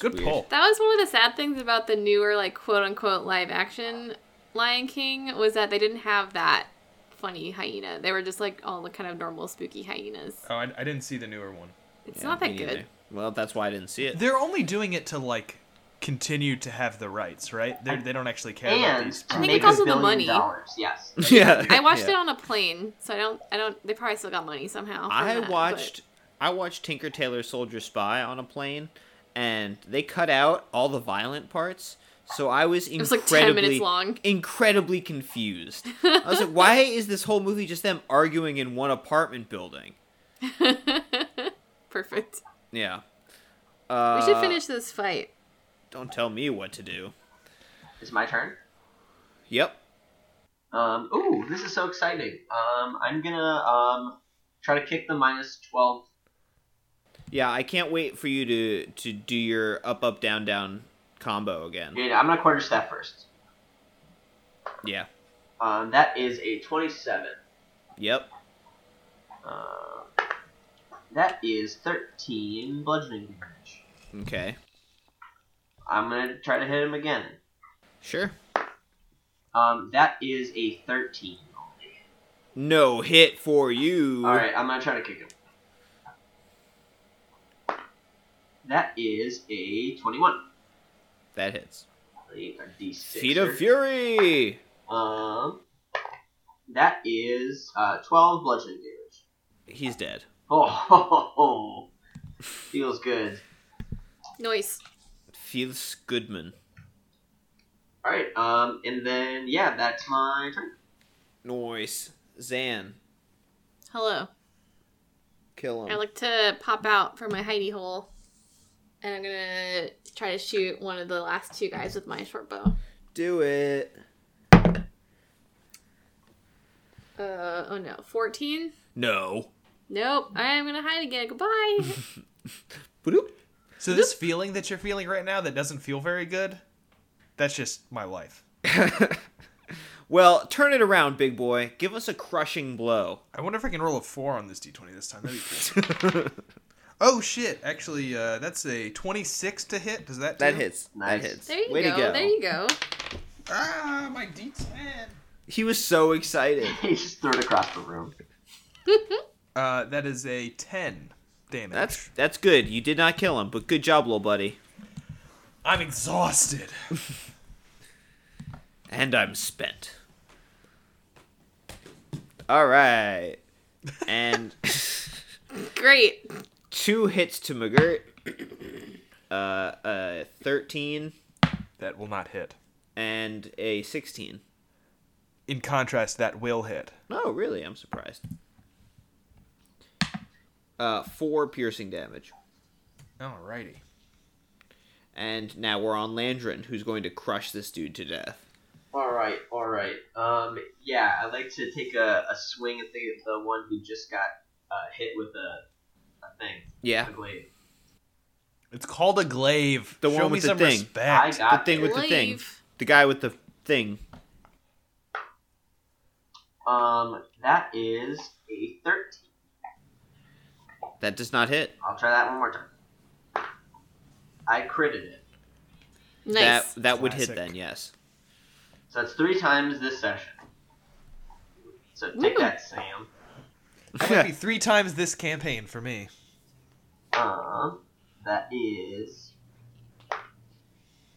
Speaker 2: Good
Speaker 4: weird.
Speaker 2: pull.
Speaker 5: That was one of the sad things about the newer, like, quote unquote live action Lion King was that they didn't have that funny hyena. They were just like all the kind of normal spooky hyenas.
Speaker 2: Oh, I, I didn't see the newer one.
Speaker 5: It's
Speaker 4: Yeah,
Speaker 5: not that
Speaker 4: me
Speaker 5: good.
Speaker 4: neither. Well, that's why I didn't see it.
Speaker 2: They're only doing it to like continue to have the rights, right? They they don't actually care about
Speaker 3: and
Speaker 2: these.
Speaker 3: to
Speaker 5: think
Speaker 3: make
Speaker 5: it's
Speaker 3: a
Speaker 5: also the
Speaker 3: billion
Speaker 5: money.
Speaker 3: dollars. Yes.
Speaker 4: yeah.
Speaker 5: I watched
Speaker 4: yeah.
Speaker 5: it on a plane, so I don't. I don't. They probably still got money somehow. from
Speaker 4: I
Speaker 5: that, but-
Speaker 4: watched I watched Tinker Tailor Soldier Spy on a plane and they cut out all the violent parts. So I was
Speaker 5: It was
Speaker 4: incredibly
Speaker 5: like ten minutes long.
Speaker 4: incredibly confused. I was like, why is this whole movie just them arguing in one apartment building?
Speaker 5: Perfect.
Speaker 4: Yeah. Uh,
Speaker 5: We should finish this fight.
Speaker 4: Don't tell me what to do.
Speaker 3: It's my turn.
Speaker 4: Yep.
Speaker 3: Um, ooh, this is so exciting. Um, I'm gonna um, try to kick the minus twelve.
Speaker 4: Yeah, I can't wait for you to to do your up up down down combo again.
Speaker 3: Yeah, I'm gonna quarter staff first.
Speaker 4: Yeah.
Speaker 3: Um, that is a twenty-seven.
Speaker 4: Yep.
Speaker 3: Uh, that is thirteen bludgeoning damage.
Speaker 4: Okay.
Speaker 3: I'm gonna try to hit him again.
Speaker 4: Sure.
Speaker 3: Um, that is a thirteen.
Speaker 4: No hit for you.
Speaker 3: All right, I'm gonna try to kick him. That is a twenty-one.
Speaker 4: That hits.
Speaker 3: Like a D6
Speaker 4: Feet
Speaker 3: here.
Speaker 4: of Fury.
Speaker 3: Um, that is uh, 12 bludgeoning damage.
Speaker 4: He's dead.
Speaker 3: Oh, ho, ho, ho. Oh, feels good.
Speaker 5: Noise.
Speaker 4: Feels Goodman.
Speaker 3: All right. Um, and then yeah, that's my turn.
Speaker 4: Noise. Zan.
Speaker 5: Hello.
Speaker 4: Kill
Speaker 5: I
Speaker 4: him.
Speaker 5: like to pop out from my hidey hole, and I'm gonna try to shoot one of the last two guys with my short bow.
Speaker 4: do it.
Speaker 5: Uh oh no, fourteen.
Speaker 4: No.
Speaker 5: Nope. I am gonna hide again. Goodbye.
Speaker 4: Boop.
Speaker 2: So this feeling that you're feeling right now that doesn't feel very good, that's just my life.
Speaker 4: Well, turn it around, big boy. Give us a crushing blow.
Speaker 2: I wonder if I can roll a four on this d20 this time. That'd be cool. oh shit! Actually, uh, that's a 26 to hit. Does that?
Speaker 4: That
Speaker 2: do?
Speaker 4: hits.
Speaker 3: Nice.
Speaker 4: That hits.
Speaker 5: there you
Speaker 4: Way
Speaker 5: go.
Speaker 4: to go.
Speaker 5: There you go.
Speaker 2: Ah, my d10.
Speaker 4: He was so excited.
Speaker 3: he just threw it across the room.
Speaker 2: Uh, that is a 10 damage.
Speaker 4: That's that's good. You did not kill him, but good job, little buddy.
Speaker 2: I'm exhausted.
Speaker 4: And I'm spent. All right. And
Speaker 5: Great.
Speaker 4: two hits to McGirt. Uh, uh, 13
Speaker 2: That will not hit.
Speaker 4: and a 16.
Speaker 2: In contrast, that will hit.
Speaker 4: Oh, really? I'm surprised. Uh, four piercing damage.
Speaker 2: Alrighty.
Speaker 4: And now we're on Landrin, who's going to crush this dude to death.
Speaker 3: All right, all right. Um, yeah, I'd like to take a, a swing at the the one who just got uh, hit with a, a thing,
Speaker 4: Yeah.
Speaker 3: a blade.
Speaker 2: It's called a glaive.
Speaker 4: The
Speaker 2: Show
Speaker 4: one
Speaker 2: me
Speaker 4: with the
Speaker 2: some
Speaker 4: thing.
Speaker 3: I
Speaker 2: respect.
Speaker 3: got
Speaker 4: The thing
Speaker 3: it.
Speaker 4: with the thing.
Speaker 5: Glaive.
Speaker 4: The guy with the thing.
Speaker 3: Um, that is a thirteen.
Speaker 4: That does not hit.
Speaker 3: I'll try that one more time. I critted it,
Speaker 5: Nice.
Speaker 4: That that would hit
Speaker 2: Classic.
Speaker 4: then, yes.
Speaker 3: so that's three times this session. So take
Speaker 5: Woo.
Speaker 3: that, Sam.
Speaker 2: That might be three times this campaign for me.
Speaker 3: Um, that is.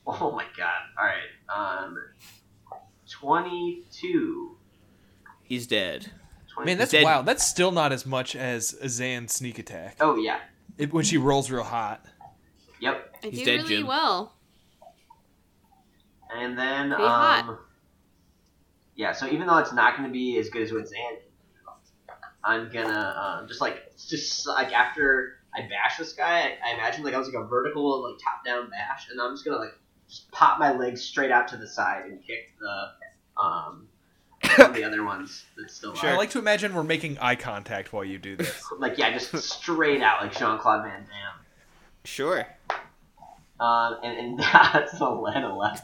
Speaker 3: Oh my god! All right. Um, twenty-two.
Speaker 4: He's dead.
Speaker 3: 20...
Speaker 2: Man, that's
Speaker 4: Dead.
Speaker 2: wow. That's still not as much as a Zan's sneak attack.
Speaker 3: Oh yeah.
Speaker 2: It, when she rolls real hot.
Speaker 3: Yep.
Speaker 5: I
Speaker 4: He's
Speaker 5: do
Speaker 4: dead,
Speaker 5: really
Speaker 4: Jim.
Speaker 5: well.
Speaker 3: And then,
Speaker 5: Pretty
Speaker 3: um,
Speaker 5: hot.
Speaker 3: yeah. So even though it's not going to be as good as with Zan, I'm gonna um, just like just like after I bash this guy, I, I imagine like I was like a vertical like top down bash, and I'm just gonna like just pop my legs straight out to the side and kick the um one of the other ones that's still
Speaker 2: I
Speaker 3: alive.
Speaker 2: like to imagine we're making eye contact while you do this.
Speaker 3: Like yeah, just straight out like Jean Claude Van Damme.
Speaker 4: Sure.
Speaker 3: Um, and, and that's a lead eleven.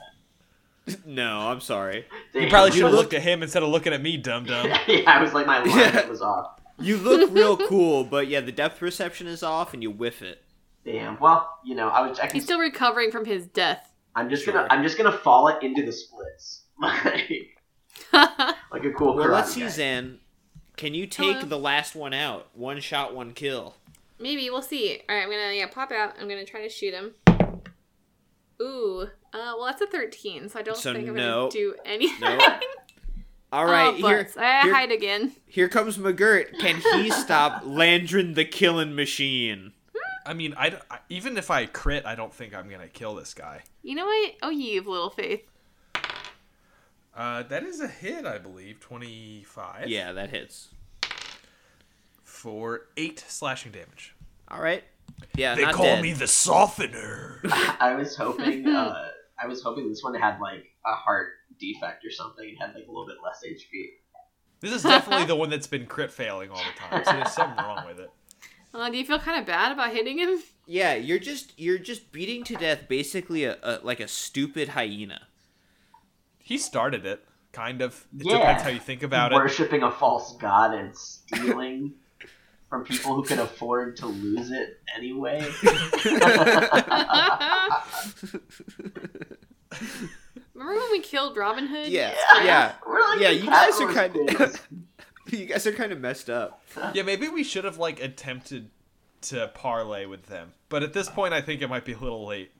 Speaker 4: No, I'm sorry.
Speaker 2: You probably
Speaker 3: Damn.
Speaker 2: should have looked at him instead of looking at me, dum dum.
Speaker 3: yeah, I was like my line
Speaker 4: Yeah.
Speaker 3: was off.
Speaker 4: You look real cool, but yeah, the depth perception is off and you whiff it.
Speaker 3: Damn. Well, you know, I was. I can,
Speaker 5: He's still recovering from his death.
Speaker 3: I'm just
Speaker 4: Sure.
Speaker 3: gonna. I'm just gonna fall it into the splits, like, like a cool.
Speaker 4: Well, let's
Speaker 3: karate
Speaker 4: see,
Speaker 3: guy.
Speaker 4: Zan. Can you take
Speaker 5: Hello.
Speaker 4: the last one out? One shot, one kill.
Speaker 5: Maybe we'll see. All right, I'm gonna yeah pop out. I'm gonna try to shoot him. Ooh, uh, well that's a 13, so I don't
Speaker 4: So
Speaker 5: think I'm
Speaker 4: no.
Speaker 5: gonna do anything.
Speaker 4: No. All right,
Speaker 5: Oh,
Speaker 4: here,
Speaker 5: butts. I
Speaker 4: here,
Speaker 5: hide again.
Speaker 4: here comes McGirt. Can he stop Landrin the killing machine?
Speaker 2: I mean, I, d- I- even if I crit, I don't think I'm gonna kill this guy.
Speaker 5: You know what? Oh, you have little faith.
Speaker 2: Uh, that is a hit, I believe. Twenty five.
Speaker 4: Yeah, that hits.
Speaker 2: For eight slashing damage.
Speaker 4: All right. Yeah,
Speaker 2: They
Speaker 4: not
Speaker 2: call
Speaker 4: dead.
Speaker 2: me the softener.
Speaker 3: I was hoping. Uh, I was hoping this one had like a heart defect or something and had like a little bit less HP.
Speaker 2: this is definitely the one that's been crit failing all the time. So there's something wrong with it.
Speaker 5: Uh, do you feel kind of bad about hitting him?
Speaker 4: Yeah, you're just you're just beating to death basically a, a like a stupid hyena.
Speaker 2: He started it, kind of. It
Speaker 3: Yeah.
Speaker 2: depends how you think about it.
Speaker 3: Worshipping a false god and stealing from people who can afford to lose it anyway.
Speaker 5: Remember when we killed Robin Hood?
Speaker 4: Yeah,
Speaker 5: Yes.
Speaker 4: yeah,
Speaker 3: We're like
Speaker 4: yeah.
Speaker 3: the
Speaker 4: You guys are
Speaker 3: capitalist
Speaker 4: kind
Speaker 3: fools.
Speaker 4: of you guys are kind of messed up.
Speaker 2: Yeah, maybe we should have like attempted to parlay with them, but at this point, I think it might be a little late.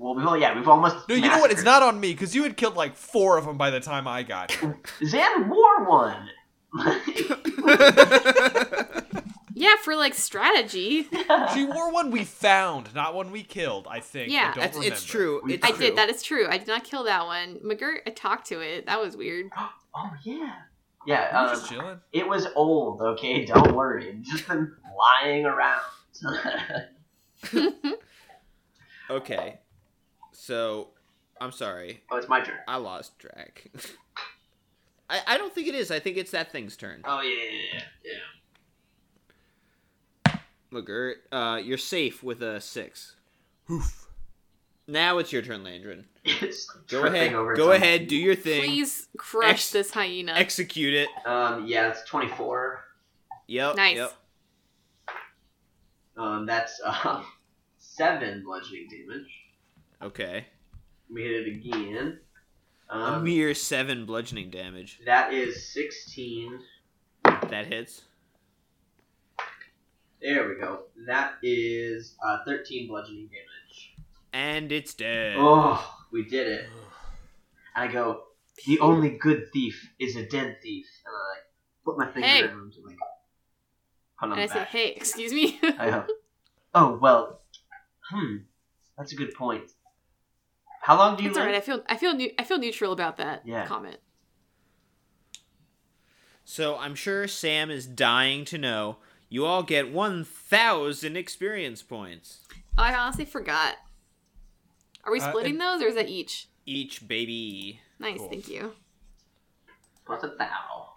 Speaker 3: Well, we've, all- yeah, we've almost.
Speaker 2: No, you know what? It's
Speaker 3: massacred-
Speaker 2: not on me because you had killed like four of them by the time I got here.
Speaker 3: Zan wore one.
Speaker 5: Yeah, for like strategy.
Speaker 2: she wore one we found, not one we killed. I think. I
Speaker 5: Yeah,
Speaker 2: don't
Speaker 4: That's, it's
Speaker 2: remember.
Speaker 4: true.
Speaker 3: We-
Speaker 4: It's
Speaker 5: I
Speaker 4: true.
Speaker 5: did. That is true. I did not kill that one. McGirt, I talked to it. That was weird.
Speaker 3: oh yeah. Yeah.
Speaker 2: We were
Speaker 3: um,
Speaker 2: just chilling.
Speaker 3: It was old, okay? Don't worry. It's just been lying around. Oh,
Speaker 4: Okay, so I'm sorry.
Speaker 3: oh, it's my turn.
Speaker 4: I lost track. I, I don't think it is. I think it's that thing's turn.
Speaker 3: Oh, yeah, yeah, yeah.
Speaker 4: McGirt, uh, you're safe with a six.
Speaker 2: Oof.
Speaker 4: Now it's your turn, Landrin.
Speaker 3: yeah. It's like
Speaker 4: Go
Speaker 3: tripping
Speaker 4: ahead.
Speaker 3: over
Speaker 4: Go
Speaker 3: its own
Speaker 4: ahead. Do your thing.
Speaker 5: Please uh, crush
Speaker 4: Ex-
Speaker 5: this hyena.
Speaker 4: Execute it.
Speaker 3: feet. Um, yeah, it's 24.
Speaker 4: Yep.
Speaker 5: Nice.
Speaker 4: Yep.
Speaker 3: Um, that's uh, 7 bludgeoning damage.
Speaker 4: Okay.
Speaker 3: We hit it again.
Speaker 4: a
Speaker 3: Um,
Speaker 4: mere seven bludgeoning damage.
Speaker 3: that is 16.
Speaker 4: That hits.
Speaker 3: There we go. That is uh, 13 bludgeoning damage.
Speaker 4: And it's dead.
Speaker 3: Oh, we did it. And I go, the only good thief is a dead thief. And I like, put my finger
Speaker 5: Hey.
Speaker 3: in him to like Pun on
Speaker 5: and I
Speaker 3: the
Speaker 5: say,
Speaker 3: back.
Speaker 5: hey, excuse me.
Speaker 3: I know. Oh well. Hmm. That's a good point. How long do you
Speaker 5: it's all
Speaker 3: live?
Speaker 5: right. I feel I feel neu- I feel neutral about that
Speaker 3: Yeah.
Speaker 5: comment.
Speaker 4: So I'm sure Sam is dying to know. You all get 1,000 experience points.
Speaker 5: Oh, I honestly forgot. Are we
Speaker 2: Uh,
Speaker 5: splitting those or is that each?
Speaker 4: Each baby.
Speaker 5: Nice,
Speaker 2: Cool.
Speaker 5: thank you.
Speaker 3: What's a thou?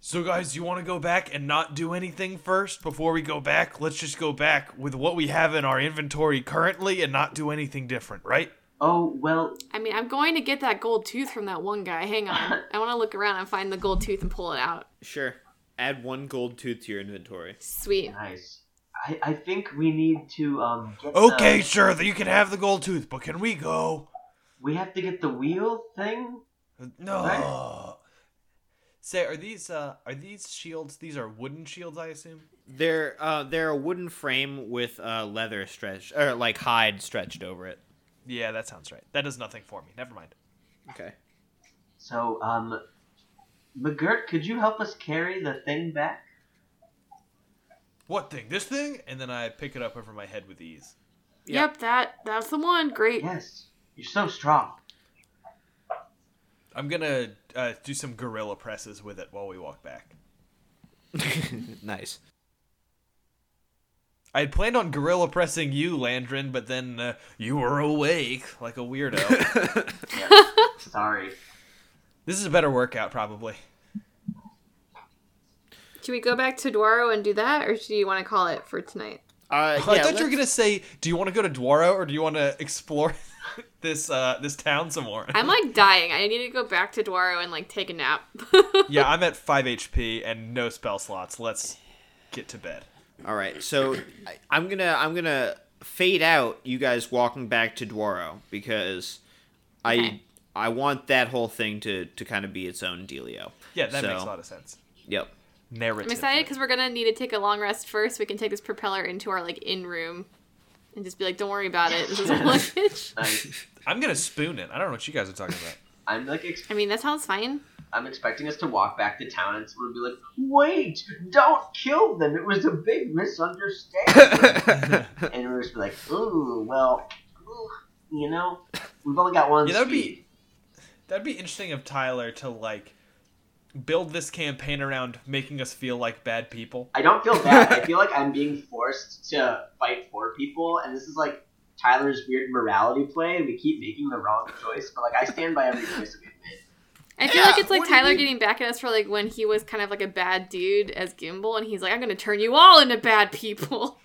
Speaker 2: So, guys, you want to go back and not do anything first before we go back? Let's just go back with what we have in our inventory currently and not do anything different, right?
Speaker 3: Oh well.
Speaker 5: I mean, I'm going to get that gold tooth from that one guy. Hang on. I want to look around and find the gold tooth and pull it out.
Speaker 4: Sure. Add one gold tooth to your inventory.
Speaker 5: Sweet.
Speaker 3: Nice. I, I think we need to um. Get
Speaker 2: Okay,
Speaker 3: The,
Speaker 2: sure, that you can have the gold tooth, but can we go?
Speaker 3: we have to get the wheel thing.
Speaker 2: No. Say, are these uh are these shields? These are wooden shields, I assume.
Speaker 4: They're uh, they're a wooden frame with uh, leather stretched or like hide stretched over it.
Speaker 2: Yeah, that sounds right. That does nothing for me. Never mind.
Speaker 4: Okay.
Speaker 3: So um, McGirt, could you help us carry the thing back?
Speaker 2: What thing? This thing? And then I pick it up over my head with ease.
Speaker 4: Yep.
Speaker 5: Yep, that that's the one. Great.
Speaker 3: Yes. You're so strong.
Speaker 2: I'm gonna uh, do some gorilla presses with it while we walk back.
Speaker 4: nice.
Speaker 2: I had planned on gorilla pressing you, Landrin, but then uh, you were awake like a weirdo.
Speaker 3: Sorry.
Speaker 2: this is a better workout, probably.
Speaker 5: Should we go back to Duaro and do that, or do you want to call it for tonight?
Speaker 4: Uh,
Speaker 2: I
Speaker 4: yeah,
Speaker 2: thought you were
Speaker 4: let's-
Speaker 2: gonna say, "Do you want to go to Dwaro or do you want to explore this uh, this town some more?"
Speaker 5: I'm like dying. I need to go back to Duaro and like take a nap.
Speaker 2: yeah, I'm at five HP and no spell slots. Let's get to bed.
Speaker 4: All right, so I, I'm gonna I'm gonna fade out you guys walking back to Dwaro because
Speaker 5: Okay.
Speaker 4: I I want that whole thing to to kind of be its own dealio.
Speaker 2: Yeah, that
Speaker 4: So,
Speaker 2: makes a lot of sense.
Speaker 4: Yep.
Speaker 2: Narrative.
Speaker 5: I'm excited because we're gonna need to take a long rest first. We can take this propeller into our like in room, and just be like, "Don't worry about it. This is a luggage."
Speaker 3: Nice.
Speaker 2: I'm gonna spoon it. I don't know what you guys are talking about.
Speaker 3: I'm like ex-
Speaker 5: I mean, that sounds fine.
Speaker 3: I'm expecting us to walk back to town and someone will be like, "Wait, don't kill them. It was a big misunderstanding." and we'll just be like, "Ooh, well, ooh, you know, we've only got one
Speaker 2: Yeah, that would be-
Speaker 3: speed."
Speaker 2: That'd be interesting of Tyler to like build this campaign around making us feel like bad people.
Speaker 3: I don't feel bad. I feel like I'm being forced to fight for people, and this is like Tyler's weird morality play, and we keep making the wrong choice. But like, I stand by every choice we made.
Speaker 5: I feel
Speaker 4: Yeah,
Speaker 5: like it's like
Speaker 4: what do you
Speaker 5: Tyler
Speaker 4: mean?
Speaker 5: getting back at us for like when he was kind of like a bad dude as Gimbal, and he's like, "I'm gonna turn you all into bad people.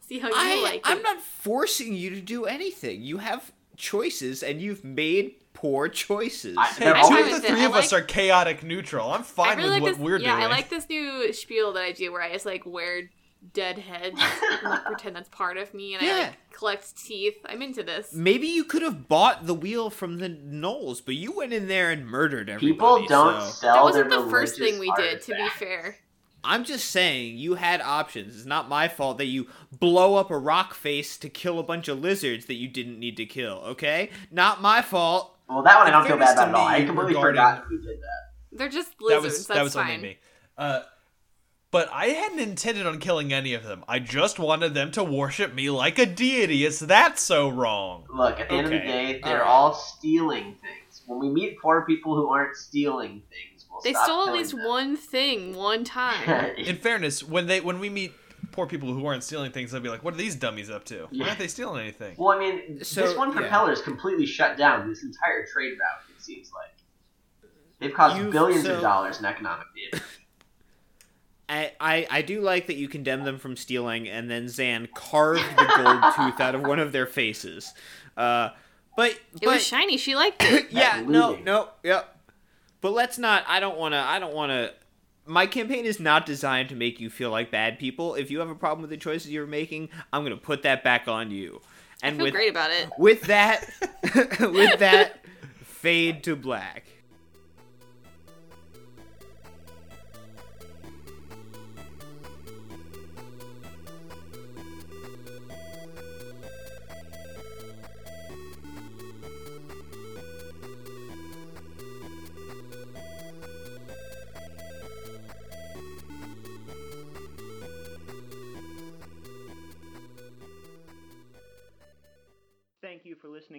Speaker 5: See how Oh, you
Speaker 4: I
Speaker 5: like
Speaker 4: I'm
Speaker 5: it."
Speaker 4: not forcing you to do anything. You have choices, and you've made poor choices.
Speaker 3: I-
Speaker 2: Hey,
Speaker 3: They're
Speaker 2: two
Speaker 5: fine
Speaker 2: of the
Speaker 5: with it.
Speaker 2: three
Speaker 5: I
Speaker 2: of us
Speaker 5: like-
Speaker 2: are chaotic neutral. I'm
Speaker 5: I
Speaker 2: fine
Speaker 5: really
Speaker 2: with
Speaker 5: like
Speaker 2: what
Speaker 5: this.
Speaker 2: we're
Speaker 5: yeah,
Speaker 2: doing.
Speaker 5: I like this new spiel that I do where I just like wear dead heads and like, pretend that's part of me, and I
Speaker 4: Yeah.
Speaker 5: like collect teeth. I'm into this.
Speaker 4: Maybe you could have bought the wheel from the Knolls, but you went in there and murdered everybody.
Speaker 3: People don't
Speaker 4: so-
Speaker 3: sell.
Speaker 5: That wasn't
Speaker 3: their
Speaker 5: the first
Speaker 3: religious
Speaker 5: thing we did, to be
Speaker 3: artifacts.
Speaker 5: fair.
Speaker 4: I'm just saying, you had options. It's not my fault that you blow up a rock face to kill a bunch of lizards that you didn't need to kill, okay? Not my fault.
Speaker 3: Well, that one I
Speaker 2: In
Speaker 3: don't feel bad
Speaker 2: fairness
Speaker 3: about
Speaker 2: to
Speaker 3: at all. I
Speaker 2: me,
Speaker 3: completely
Speaker 2: regarding-
Speaker 3: forgot we did that.
Speaker 5: They're just
Speaker 2: that
Speaker 5: lizards.
Speaker 2: was
Speaker 5: that's
Speaker 2: that was
Speaker 5: fine.
Speaker 2: only me. Uh, but I hadn't intended on killing any of them. I just wanted them to worship me like a deity. Is that so wrong?
Speaker 3: Look, at the end of the
Speaker 4: Okay.
Speaker 3: day, they're
Speaker 4: Alright.
Speaker 3: all stealing things. When we meet poor people who aren't stealing things, we'll
Speaker 5: They
Speaker 3: stop
Speaker 5: stole at
Speaker 3: killing
Speaker 5: least
Speaker 3: them.
Speaker 5: one thing one time.
Speaker 2: In fairness, when they when we meet poor people who aren't stealing things, they'll be like, "What are these dummies up to? Why
Speaker 3: Yeah.
Speaker 2: aren't they stealing anything?"
Speaker 3: well, I mean,
Speaker 4: So,
Speaker 3: this one
Speaker 4: yeah.
Speaker 3: propeller is completely shut down. This entire trade route, it seems like. They've caused
Speaker 4: You've-
Speaker 3: billions
Speaker 4: so-
Speaker 3: of dollars in economic damage.
Speaker 4: I, I, I do like that you condemn them from stealing, and then Zan carved the gold tooth out of one of their faces. Uh, but
Speaker 5: It
Speaker 4: but
Speaker 5: was shiny. She liked it.
Speaker 4: yeah,
Speaker 3: That's
Speaker 4: no,
Speaker 3: looting.
Speaker 4: no, yep. But let's not. I don't want to. I don't want to. My campaign is not designed to make you feel like bad people. If you have a problem with the choices you're making, I'm gonna put that back on you.
Speaker 5: I
Speaker 4: And
Speaker 5: feel
Speaker 4: with
Speaker 5: great about it.
Speaker 4: with that, with that, fade to black.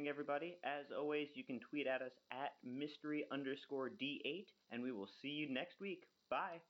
Speaker 4: everybody. As always, you can tweet at us at mystery underscore D8, and we will see you next week. Bye.